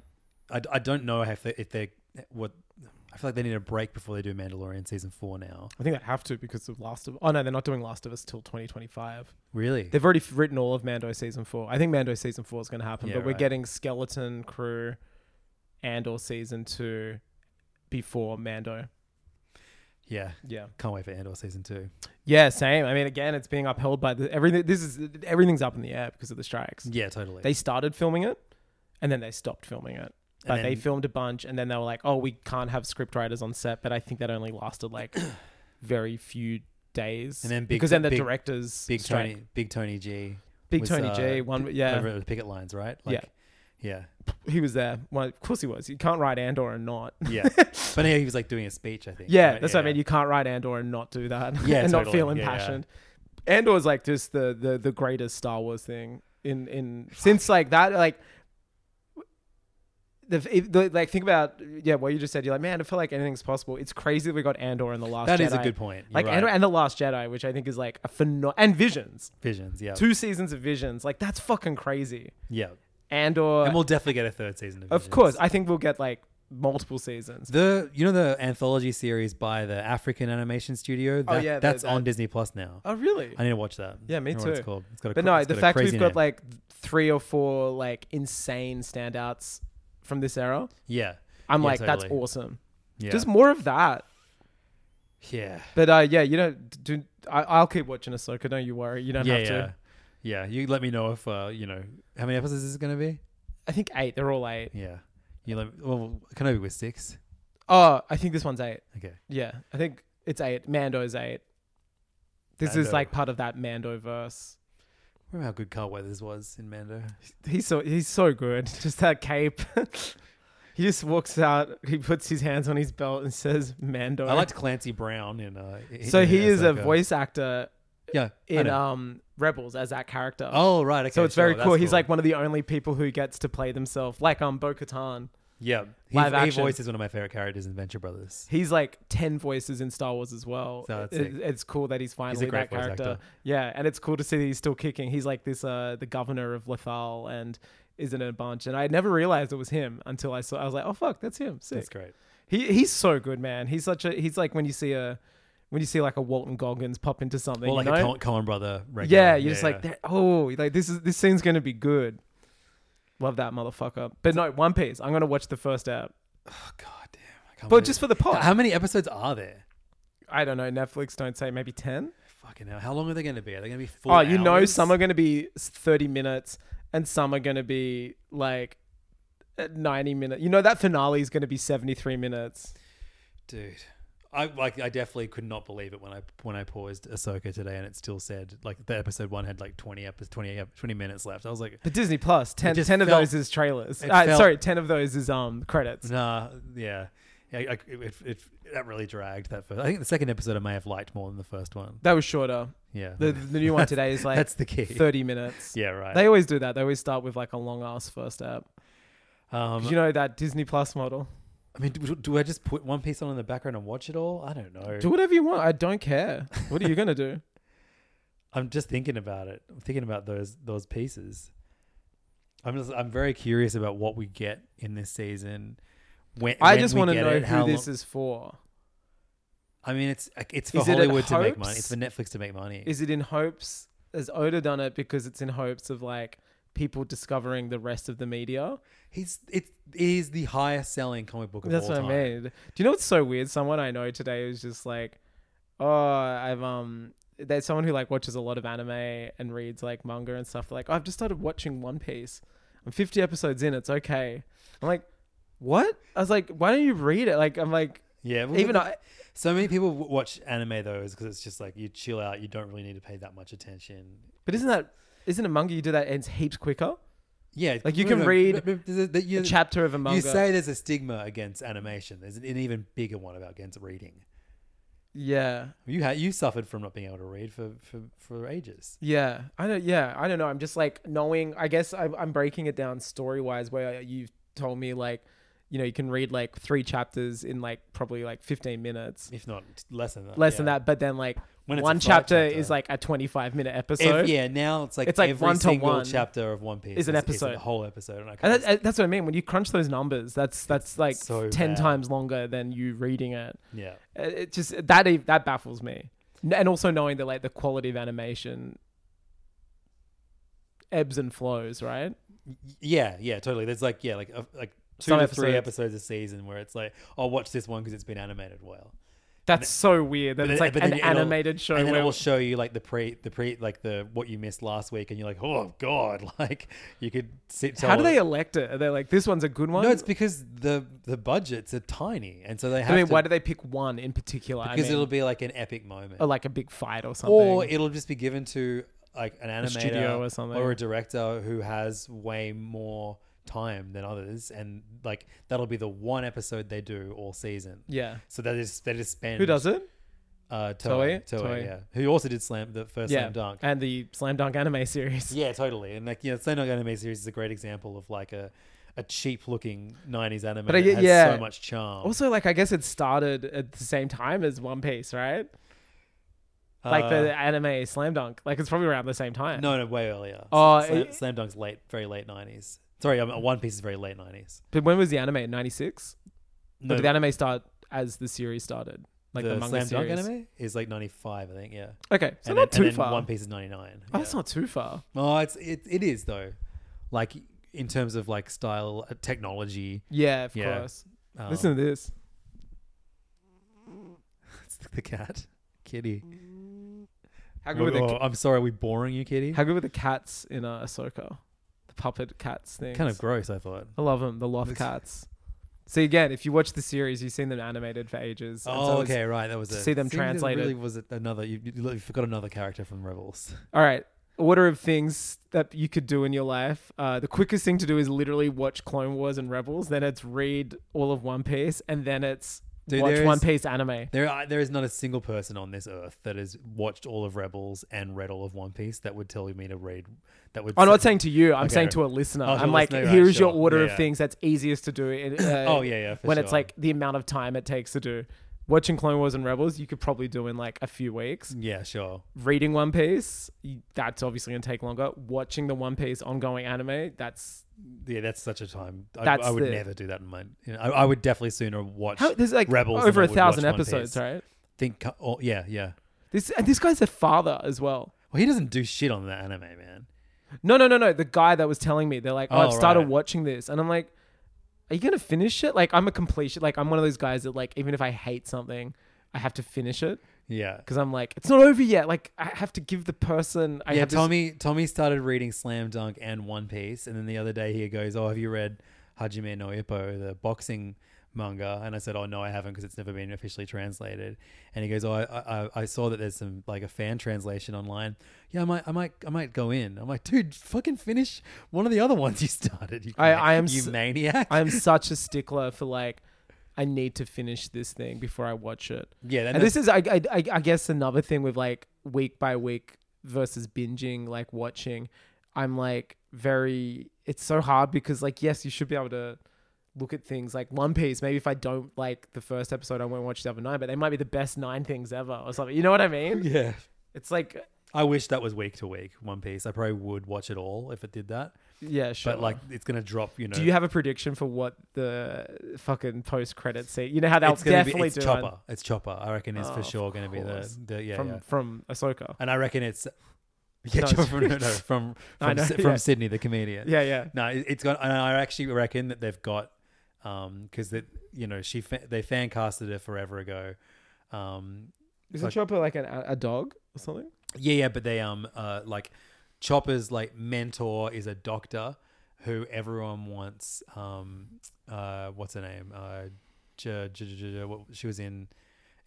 I, I don't know if they, if they what I feel like they need a break before they do Mandalorian season four now.
I think they have to because of Last of. Oh no, they're not doing Last of Us till twenty twenty five.
Really?
They've already f- written all of Mando season four. I think Mando season four is going to happen,
Yeah,
but we're
right.
getting Skeleton Crew and or season two before Mando.
yeah,
Yeah,
can't wait for Andor season two.
yeah, same. I mean, again, it's being upheld by the everything. This is everything's up in the air because of the strikes.
Yeah, totally.
They started filming it, and then they stopped filming it. But they
then-
filmed a bunch, and then they were like, "Oh, we can't have script writers on set." But I think that only lasted like very few days.
And then big-
because then the
big-
directors
big
strike.
Tony, big Tony G,
Big
was,
Tony G,
uh,
one
p-
yeah,
over at the picket lines, right? yeah,
he was there. Well, of course he was. You can't write Andor and not.
yeah, yeah. but yeah, he was like doing a speech, I think.
Yeah,
right?
that's what I mean. You can't write Andor and not do that.
Yeah,
and not
totally.
feel
Yeah, yeah.
impassioned. Andor's like just the the the greatest Star Wars thing in in since like that like. The, if the, like think about yeah what you just said you're like man I feel like anything's possible it's crazy that we got Andor in the last
That
Jedi.
is a good point. You're
like
right.
Andor and the Last Jedi which I think is like a phenomenal and Visions
visions. Yeah,
two seasons of Visions like that's fucking crazy
yeah,
Andor
and we'll definitely get a third season. Of,
of
Visions.
course I think we'll get like multiple seasons
The you know the anthology series by the African animation studio. That,
yeah, the-
that's
that-
on Disney Plus now.
oh really
I need to watch that.
Yeah, me
I don't know
too.
What it's called. It's got a
But
cr-
no,
it's
the
got a
fact we've
crazy
got
name.
like three or four like insane standouts from this era,
yeah,
I'm
Yeah,
like, that's
totally.
awesome.
Yeah.
Just more of that.
yeah,
But uh, yeah, you don't do. I, I'll keep watching Ahsoka. Don't you worry. You don't
yeah,
have
yeah,
to.
yeah. You let me know if uh, you know how many episodes is it going to be.
I think eight. They're all eight.
Yeah, you let me, well Kenobi was six.
Oh, I think this one's eight.
Okay,
Yeah, I think it's eight. Mando's eight. This is
Mando.
like part of that Mando verse.
remember how good Carl Weathers was in Mando?
He's so he's so good. Just that cape. he just walks out. He puts his hands on his belt and says Mando.
I liked Clancy Brown in. Uh, in-
So
in
he is a
Ahsoka.
voice actor
Yeah. I
in
know.
um Rebels as that character.
oh right. Okay.
so it's
sure,
very
that's
cool. He's like one of the only people who gets to play themselves, like um Bo Katan.
yeah. He,
live
he
action.
voices one of my favorite characters in Venture Brothers.
He's like ten voices in Star Wars as well.
So that's
It-
sick.
it's cool that he's finally
great
that
voice
character.
actor.
Yeah, and it's cool to see that he's still kicking. He's like this uh the governor of Lethal and is in a bunch. And I never realized it was him until I saw. I was like, oh fuck, that's him. Sick.
That's great.
He he's so good, man. He's such a he's like when you see a when you see like a Walton Goggins pop into something.
Or like
you
a
know?
Coen, Coen brother. Regular.
Yeah, you're just like,
yeah.
"That- oh, like this is this scene's gonna be good. Love that motherfucker. But no, One Piece. I'm gonna watch the first app,
Oh, God damn. I can't
but
believe-
just for the pod.
How many episodes are there?
I don't know. Netflix don't say maybe ten.
Fucking hell. How long are they going to be? Are they going to be full?
Oh, you know,
hours?
some are gonna be s- thirty minutes, and some are gonna be like uh, ninety minutes. You know that finale is gonna be seventy three minutes.
Dude. I like. I definitely could not believe it when I when I paused Ahsoka today, and it still said like the episode one had like twenty episodes, 20, ep- 20 minutes left. I was like,
But Disney Plus, 10,
just
10 of
felt-
those is trailers.
it
Uh,
felt-
sorry, ten of those is um credits.
nah, yeah, yeah. I, it, it, it, that really dragged that first. I think the second episode I may have liked more than the first one.
That was shorter.
Yeah,
The, the new one today is like
that's the key.
thirty minutes.
Yeah, right.
They always do that. They always start with like a long ass first app.
um,
you know that Disney Plus model.
I mean, do, do I just put One Piece on in the background and watch it all? I don't know.
Do whatever you want. I don't care. What are you gonna do?
I'm just thinking about it. I'm thinking about those those pieces. I'm just I'm very curious about what we get in this season. When
I
when
just
we
want to
get
know
it,
who
how
this
long-
is for.
I mean, it's it's for
Is it a
Hollywood to make money.
hoax?
It's for Netflix to make money.
Is it in hopes? Has Oda done it because it's in hopes of like people discovering the rest of the media?
He's it is the highest selling comic book of
That's
all
what
time.
I mean. Do you know what's so weird? Someone I know today was just like, "Oh, I've um." There's someone who like watches a lot of anime and reads like manga and stuff. They're like, "Oh, I've just started watching One Piece. I'm 50 episodes in. It's okay. I'm like, what? I was like, why don't you read it? Like, I'm like,
Yeah, well,
even
look,
I,
so many people w- watch anime though, is because it's just like you chill out. You don't really need to pay that much attention.
but isn't that isn't a manga you do that ends heaps quicker?
Yeah,
Like, you
no,
can
no,
read
but- but there's a- that you-
a chapter of a manga.
You say there's a stigma against animation. There's an, an even bigger one about against reading.
Yeah,
You had you suffered from not being able to read for for, for ages.
yeah. I don't. Yeah, I don't know. I'm just like knowing. I guess I, I'm breaking it down story wise, where uh, you've told me like, you know, you can read like three chapters in like probably like 15 minutes,
if not less than that.
less
yeah.
than that. But then like
When it's a
one
five
chapter,
chapter.
is like a 25 minute
If-
episode.
yeah, now it's like
It's like
every
one to
single
one
chapter of One Piece
is an
a
episode.
whole episode, and I
And
can't,
that, and that's what I mean. When you crunch those numbers, that's that's like
so
ten
bad.
times longer than you reading it.
yeah,
Uh, It just that e- that baffles me, N- and also knowing that like the quality of animation ebbs and flows, right?
yeah, yeah, totally. There's like yeah, like a, like two
Some
to three episodes
episodes.
a season where it's like, oh, watch this one because it's been animated well.
That's so weird. That
But
it's
then-
like
but
an
then it'll-
animated show
and then
where
it will show you like the pre, the pre, like the what you missed last week, and you're like, oh god, like you could sit.
how do
tell-
they elect it? Are they like this one's a good one?
No, it's because the the budgets are tiny, and so they have.
I mean,
to,
why do they pick one in particular?
Because
I mean,
it'll be like an epic moment.
or like a big fight or something.
or it'll just be given to like an animator
studio or something.
or a director who has way more time than others, and like that'll be the one episode they do all season.
yeah.
So they just they just spend
Who does it?
Uh, Toei, Toei,
Toei?
Toei,
Toei.
yeah. Who also did Slam the first
yeah,
Slam Dunk.
and the slam dunk anime series.
yeah, totally. And like you know, Slam Dunk anime series is a great example of like a a cheap looking '90s anime
But I
that
get-
has
yeah.
so much charm.
Also, like I guess it started at the same time as One Piece, right? like
Uh,
the anime Slam Dunk. Like it's probably around the same time.
No, no, way earlier.
Oh,
Slam,
it-
Slam Dunk's late, very late nineties. Sorry, um, One Piece is very late nineties.
But when was the anime? Ninety six.
No,
No, did the anime start as the series started, like the, manga
Slam Dunk
series.
anime is like ninety five, I think. Yeah,
Okay, so
and
not
then,
too
and then
far.
One Piece is ninety nine.
Oh, that's not too far.
Oh, it's it, it is though. Like in terms of like style, uh, technology.
Yeah, of
Yeah.
course.
Um,
Listen to this.
it's the cat, Kitty.
How good were
Oh,
the
I'm sorry, are we boring you, Kitty?
how good were the cats in uh, Ahsoka? The puppet cats thing.
kind of gross, I thought.
I love them. The loft cats. See again, if you watch the series, you've seen them animated for ages. and
Oh,
it's-
okay, right. That was
to
it.
see them
Seems it
translated.
Really was it another? You, you you forgot another character from Rebels.
All right. Order of things that you could do in your life. Uh, the quickest thing to do is literally watch Clone Wars and Rebels. Then it's read all of One Piece, and then it's
Dude,
watch
there
One
is-
Piece anime.
There, are, there is not a single person on this earth that has watched all of Rebels and read all of One Piece that would tell me to read. That would.
I'm Oh, not saying to you. I'm
Okay.
saying to a listener.
Oh, to a
I'm like,
listener, right,
here's your
sure.
order
Yeah,
of
yeah.
things that's easiest to do. It, uh,
Oh, yeah, yeah, for
when it's
sure.
like the amount of time it takes to do. Watching Clone Wars and Rebels, you could probably do in like a few weeks.
Yeah, sure.
Reading One Piece, you- that's obviously gonna take longer. Watching the One Piece ongoing anime, that's
Yeah, that's such a time. I,
That's
I would
the-
never do that in my. You know, I, I would definitely sooner watch.
how, there's like
Rebels
over a
than I would watch
thousand
One
episodes,
Piece.
right?
Think. Oh, yeah, yeah.
This and this guy's a father as well.
Well, he doesn't do shit on the anime, man.
No, no, no, no. The guy that was telling me, they're like, "Oh,
Oh,
I've started
right.
watching this," and I'm like, "Are you gonna finish it?" Like, I'm a completion. Like, I'm one of those guys that like, even if I hate something, I have to finish it
Yeah.
because I'm like, it's not over yet. Like, I have to give the person. I
yeah,
have this-
Tommy. Tommy started reading Slam Dunk and One Piece, and then the other day he goes, "Oh, have you read Hajime no Ippo, the boxing manga?" And I said, "Oh no, I haven't, because it's never been officially translated." And he goes, "Oh, I, I, I saw that there's some like a fan translation online. Yeah, I might, I might, I might go in." I'm like, "Dude, fucking finish one of the other ones you started. You,
I-
ma-
I am
you
s-
maniac.
I'm such a stickler for like, I need to finish this thing before I watch it.
Yeah, then
and this is, I, I, I I guess, another thing with like week by week versus binging, like watching. I'm like very. It's so hard because like yes, you should be able to look at things like One Piece. Maybe if I don't like the first episode, I won't watch the other nine, but they might be the best nine things ever or something. You know what I mean?
yeah."
It's like
I wish that was week to week One Piece. I probably would watch it all if it did that.
yeah, sure.
But like, it's gonna drop. You know,
Do you have a prediction for what the fucking post credit scene? You know how they'll
it's gonna
definitely
be, it's
do one.
Chopper. It's Chopper. I reckon it's for
Of
sure going to be the,
course.
the yeah,
from
yeah.
from Ahsoka.
And I reckon it's yeah,
No,
Chopper
it's-
from, no, no, from
I
from,
know,
Sy- from
yeah.
Sydney, the comedian.
Yeah, yeah.
No, it, it's got. And I actually reckon that they've got um because that you know she fa- they fan casted her forever ago. Um,
Isn't
Like-
Chopper like an, a dog or something?
yeah, yeah, but they um uh like Chopper's like mentor is a doctor who everyone wants. Um, uh, what's her name? Uh, J- J- J- J- what, she was in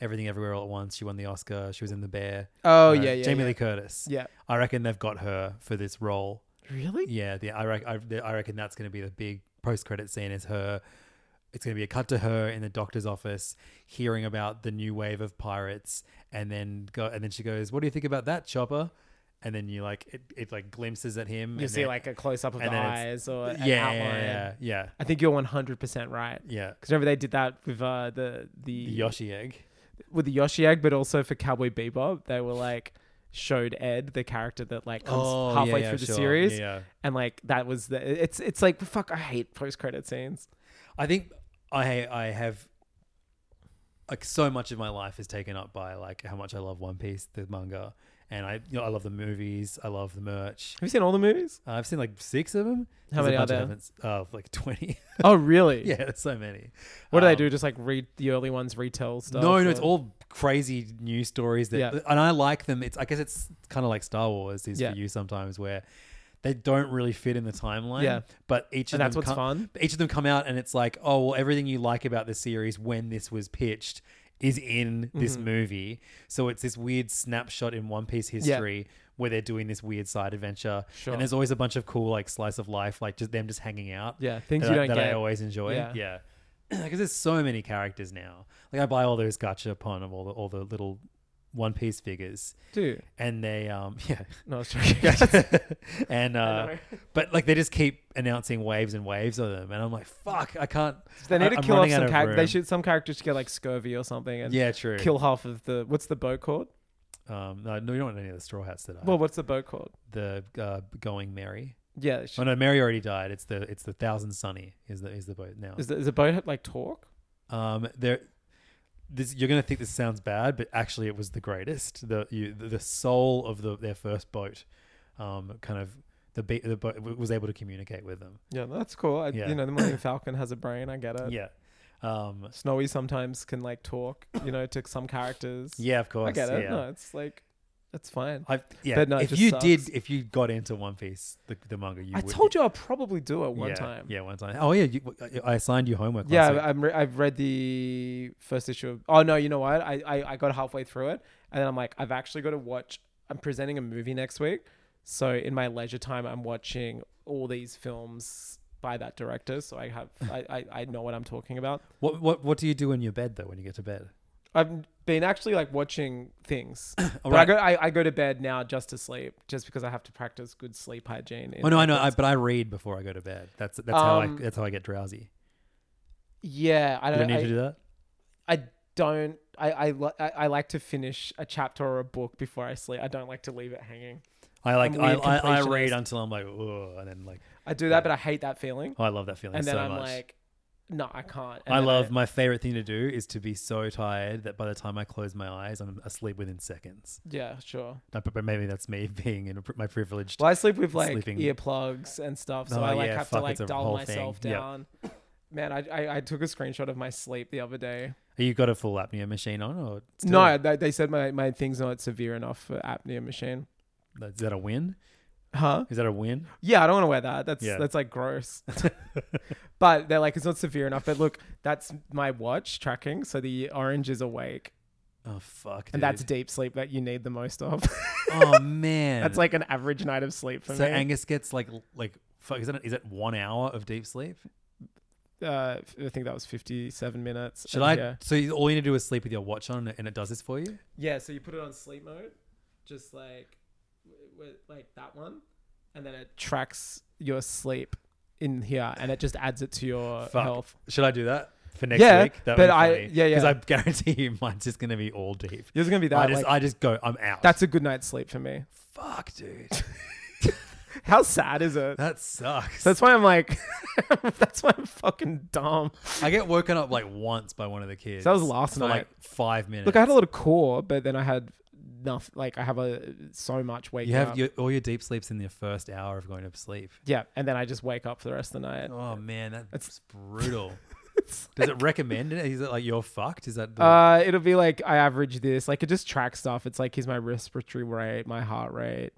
Everything Everywhere All at Once. She won the Oscar. She was in The Bear.
Oh,
Uh,
yeah, yeah,
Jamie
yeah.
Lee Curtis.
Yeah.
I reckon they've got her for this role.
Really?
Yeah, the, I, rec- I, the, I reckon that's going to be the big post credit scene is her. It's going to be a cut to her in the doctor's office, hearing about the new wave of pirates, and then go, and then she goes, "What do you think about that, Chopper?" And then you like it, it like glimpses at him.
You
and
see
then-
like a close up of the
and then it's-
eyes or an
yeah,
outline.
yeah, yeah,
I think you're 100% right.
yeah,
Because remember they did that with uh, the the
The Yoshi egg.
with the Yoshi egg, but also for Cowboy Bebop, they were like showed Ed the character that like comes
Oh, yeah,
halfway
yeah,
through the
sure. Yeah,
series,
yeah.
and like that was the it's it's like fuck I hate post credit scenes.
I think I I have like so much of my life is taken up by like how much I love One Piece, the manga, and I you know I love the movies, I love the merch.
Have you seen all the movies?
Uh, I've seen like six of them.
How
There's a
many are
bunch I
there?
haven't s- Uh, like twenty.
Oh really?
yeah, there's so many.
What do they
Um,
do? Just like read the early ones, retell stuff.
No, no, it's
or-
all crazy news stories that,
Yeah.
and I like them. It's I guess it's kind of like Star Wars is
Yeah.
for you sometimes where. They don't really fit in the timeline,
Yeah.
But each of
And that's
them
what's fun.
Each of them come out, and it's like, oh, well, everything you like about this series when this was pitched is in this
Mm-hmm.
movie. So it's this weird snapshot in One Piece history where they're doing this weird side adventure,
Sure.
and there's always a bunch of cool like slice of life, like just them just hanging out.
Yeah, things
that
you
I-
don't
that I
get.
always enjoy.
Yeah.
Yeah, because there's so many characters now. Like I buy all those gachapon of all the all the little One Piece figures,
Dude.
and they um yeah.
No, it's joking.
and uh, but like they just keep announcing waves and waves of them, and I'm like, fuck, I can't.
They need
I-
to
I'm
kill off
running out
some
of
characters. They
room.
should some characters should get like scurvy or something and
Yeah, true.
kill half of the what's the boat called?
Um, no, no, you don't want any of the straw hats that I.
Well, what's the boat called?
the uh, going Mary.
Yeah, it should-
Oh no, Mary already died. It's the it's the thousand sunny is the is the boat now.
is the, is the boat like talk?
Um, there, this you're gonna think this sounds bad, but actually it was the greatest. The you, the the soul of the their first boat, um, kind of the be- the boat w- was able to communicate with them.
Yeah, that's cool. I,
Yeah.
You know, the Millennium Falcon has a brain. I get it.
Yeah, um,
Snowy sometimes can like talk, you know, to some characters.
yeah, of course.
I get it.
Yeah.
No, it's like it's fine.
I've, yeah,
But no, it
if
just
you
sucks.
did, if you got into One Piece, the, the manga, you
I
would,
told you I'll probably do it one
yeah,
time.
yeah, one time. Oh yeah, you, I assigned you homework.
Yeah,
last week.
I- I'm re- I've read the first issue of. Oh no, you know what? I, I I got halfway through it, and then I'm like, I've actually got to watch. I'm presenting a movie next week, so in my leisure time, I'm watching all these films by that director. So I have I I, I know what I'm talking about.
what what what do you do in your bed though when you get to bed?
I've been actually like watching things. but I
right.
go I, I go to bed now just to sleep, just because I have to practice good sleep hygiene. in
Oh no, I know, I,
beds.
but I read before I go to bed. That's that's how I
Um,
that's how I get drowsy.
yeah, I
You
don't.
don't need
I,
to do that.
I don't. I I, li- I I like to finish a chapter or a book before I sleep. I don't like to leave it hanging.
I like
I'm
I,
weird
I, I
completionist.
read until I'm like oh, and then like
I do that, but I hate that feeling.
oh, I love that feeling
and then
so
I'm
much.
like, no, I can't. And
I
then
love my favorite thing to do is to be so tired that by the time I close my eyes, I'm asleep within seconds.
Yeah, sure.
No, But but maybe that's me being in a, pri- my privileged.
Well, I sleep with like
Sleeping.
earplugs and stuff, so
Oh,
I like
yeah,
have
fuck,
to like
it's a
dull
whole
myself
thing. Yep.
down. Man, I, I I took a screenshot of my sleep the other day.
You got a full apnea machine on, or still-
No, they, they said my, my thing's not severe enough for apnea machine.
Is that a win?
Huh?
Is that a win?
Yeah, I don't want to wear that. That's
Yeah.
that's like gross. but they're like, it's not severe enough. But look, that's my watch tracking. So the orange is awake,
Oh fuck!
and
dude.
that's deep sleep that you need the most of.
oh man.
that's like an average night of sleep for
so
me.
Angus gets like like fuck. Is that is that one hour of deep sleep?
uh, I think that was fifty-seven minutes.
Should
And
I?
Yeah.
So you- all you need to do is sleep with your watch on, and it does this for you.
yeah. So you put it on sleep mode, just like like that one, and then it tracks your sleep in here, and it just adds it to your
Fuck.
health.
Should I do that for next
Yeah,
week? That
but I- yeah, yeah.
Because I guarantee you, mine's just gonna be all deep.
Yours is gonna be that.
I just
like-
I just go. I'm out.
that's a good night's sleep for me.
fuck, dude.
How sad is it?
That sucks.
That's why I'm like, that's why I'm fucking dumb.
I get woken up like once by one of the kids.
So that was last
for
night.
like five minutes.
Look, I had a lot of core, but then I had nothing. Like I have a so much waking
You have
up.
your, all your deep sleeps in the first hour of going to sleep.
yeah, and then I just wake up for the rest of the night.
Oh man, that's,
That's-
brutal. Does it recommend it? Is it like you're fucked? Is that the,
Uh, it'll be like I average this. Like it just tracks stuff. It's like here's my respiratory rate, my heart rate,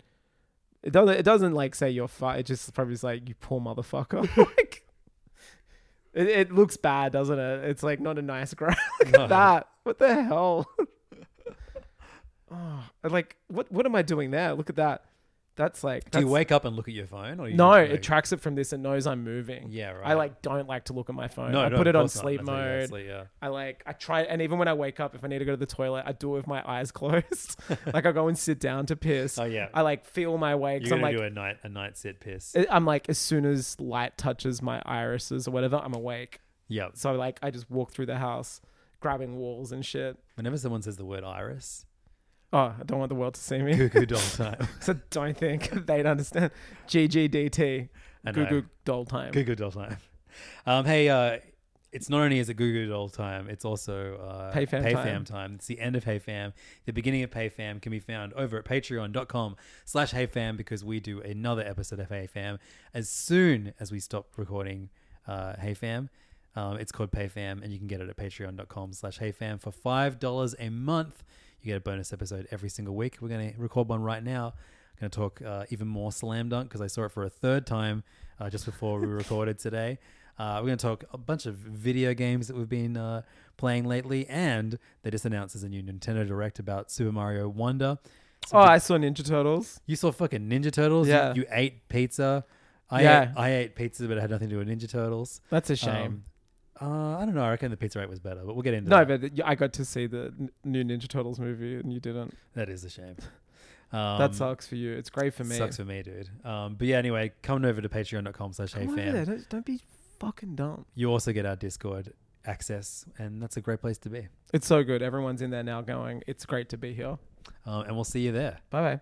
It doesn't. It doesn't like say you're fat. It just probably is like you poor motherfucker. like, it, it looks bad, doesn't it? It's like not a nice graph. Look
No.
at that. What the hell? oh, and, like what? What am I doing there? Look at that. That's like.
Do you
that's-
wake up and look at your phone? Or you
No,
just,
it tracks it from this and knows I'm moving.
Yeah,
I
right.
like don't like to look at my phone.
No,
I
no,
put
of
it on
course not.
sleep
That's what you do,
mode.
sleep, yeah.
I like I try and even when I wake up if I need to go to the toilet, I do it with my eyes closed. like I go and sit down to piss.
Oh, yeah.
I like feel my way
You're
cuz I'm
gonna
like
do a night a night sit piss.
I- I'm like as soon as light touches my irises or whatever, I'm awake.
yeah.
So like I just walk through the house grabbing walls and shit.
Whenever someone says the word iris,
Oh, I don't want the world to see me.
cuckoo doll time.
so don't think they'd understand. GGDT.
I
Goo
know.
goo doll time.
Goo Goo Doll time. Um, hey, uh, it's not only is it Goo Goo Doll time, it's also uh,
Hey Fam time.
It's the end of Hey Fam. The beginning of Hey Fam can be found over at patreon.com slash Hey Fam because we do another episode of Hey Fam as soon as we stop recording uh, Hey Fam. Um, it's called Pay Fam, and you can get it at patreon.com slash Hey Fam for $5 a month. You get a bonus episode every single week. We're going to record one right now. Going to talk uh, even more slam dunk because I saw it for a third time uh, just before we recorded today. Uh, we're going to talk a bunch of video games that we've been uh, playing lately, and they just announced there's a new Nintendo Direct about Super Mario Wonder.
Oh, I saw Ninja Turtles.
You saw fucking Ninja Turtles.
Yeah.
You, you ate pizza. I
Yeah.
ate, I ate pizza, but it had nothing to do with Ninja Turtles.
That's a shame.
Um, uh, I don't know. I reckon the pizza rate was better, but we'll get into
No,
that.
but th- I got to see the n- new Ninja Turtles movie and you didn't.
that is a shame. Um,
that sucks for you. It's great for me.
Sucks for me, dude. Um, but yeah, anyway, come over to patreon.com slash hey
Come on there,
fam.
Don't, don't be fucking dumb.
You also get our Discord access, and that's a great place to be.
It's so good. Everyone's in there now going, it's great to be here.
Um, and we'll see you there.
Bye bye.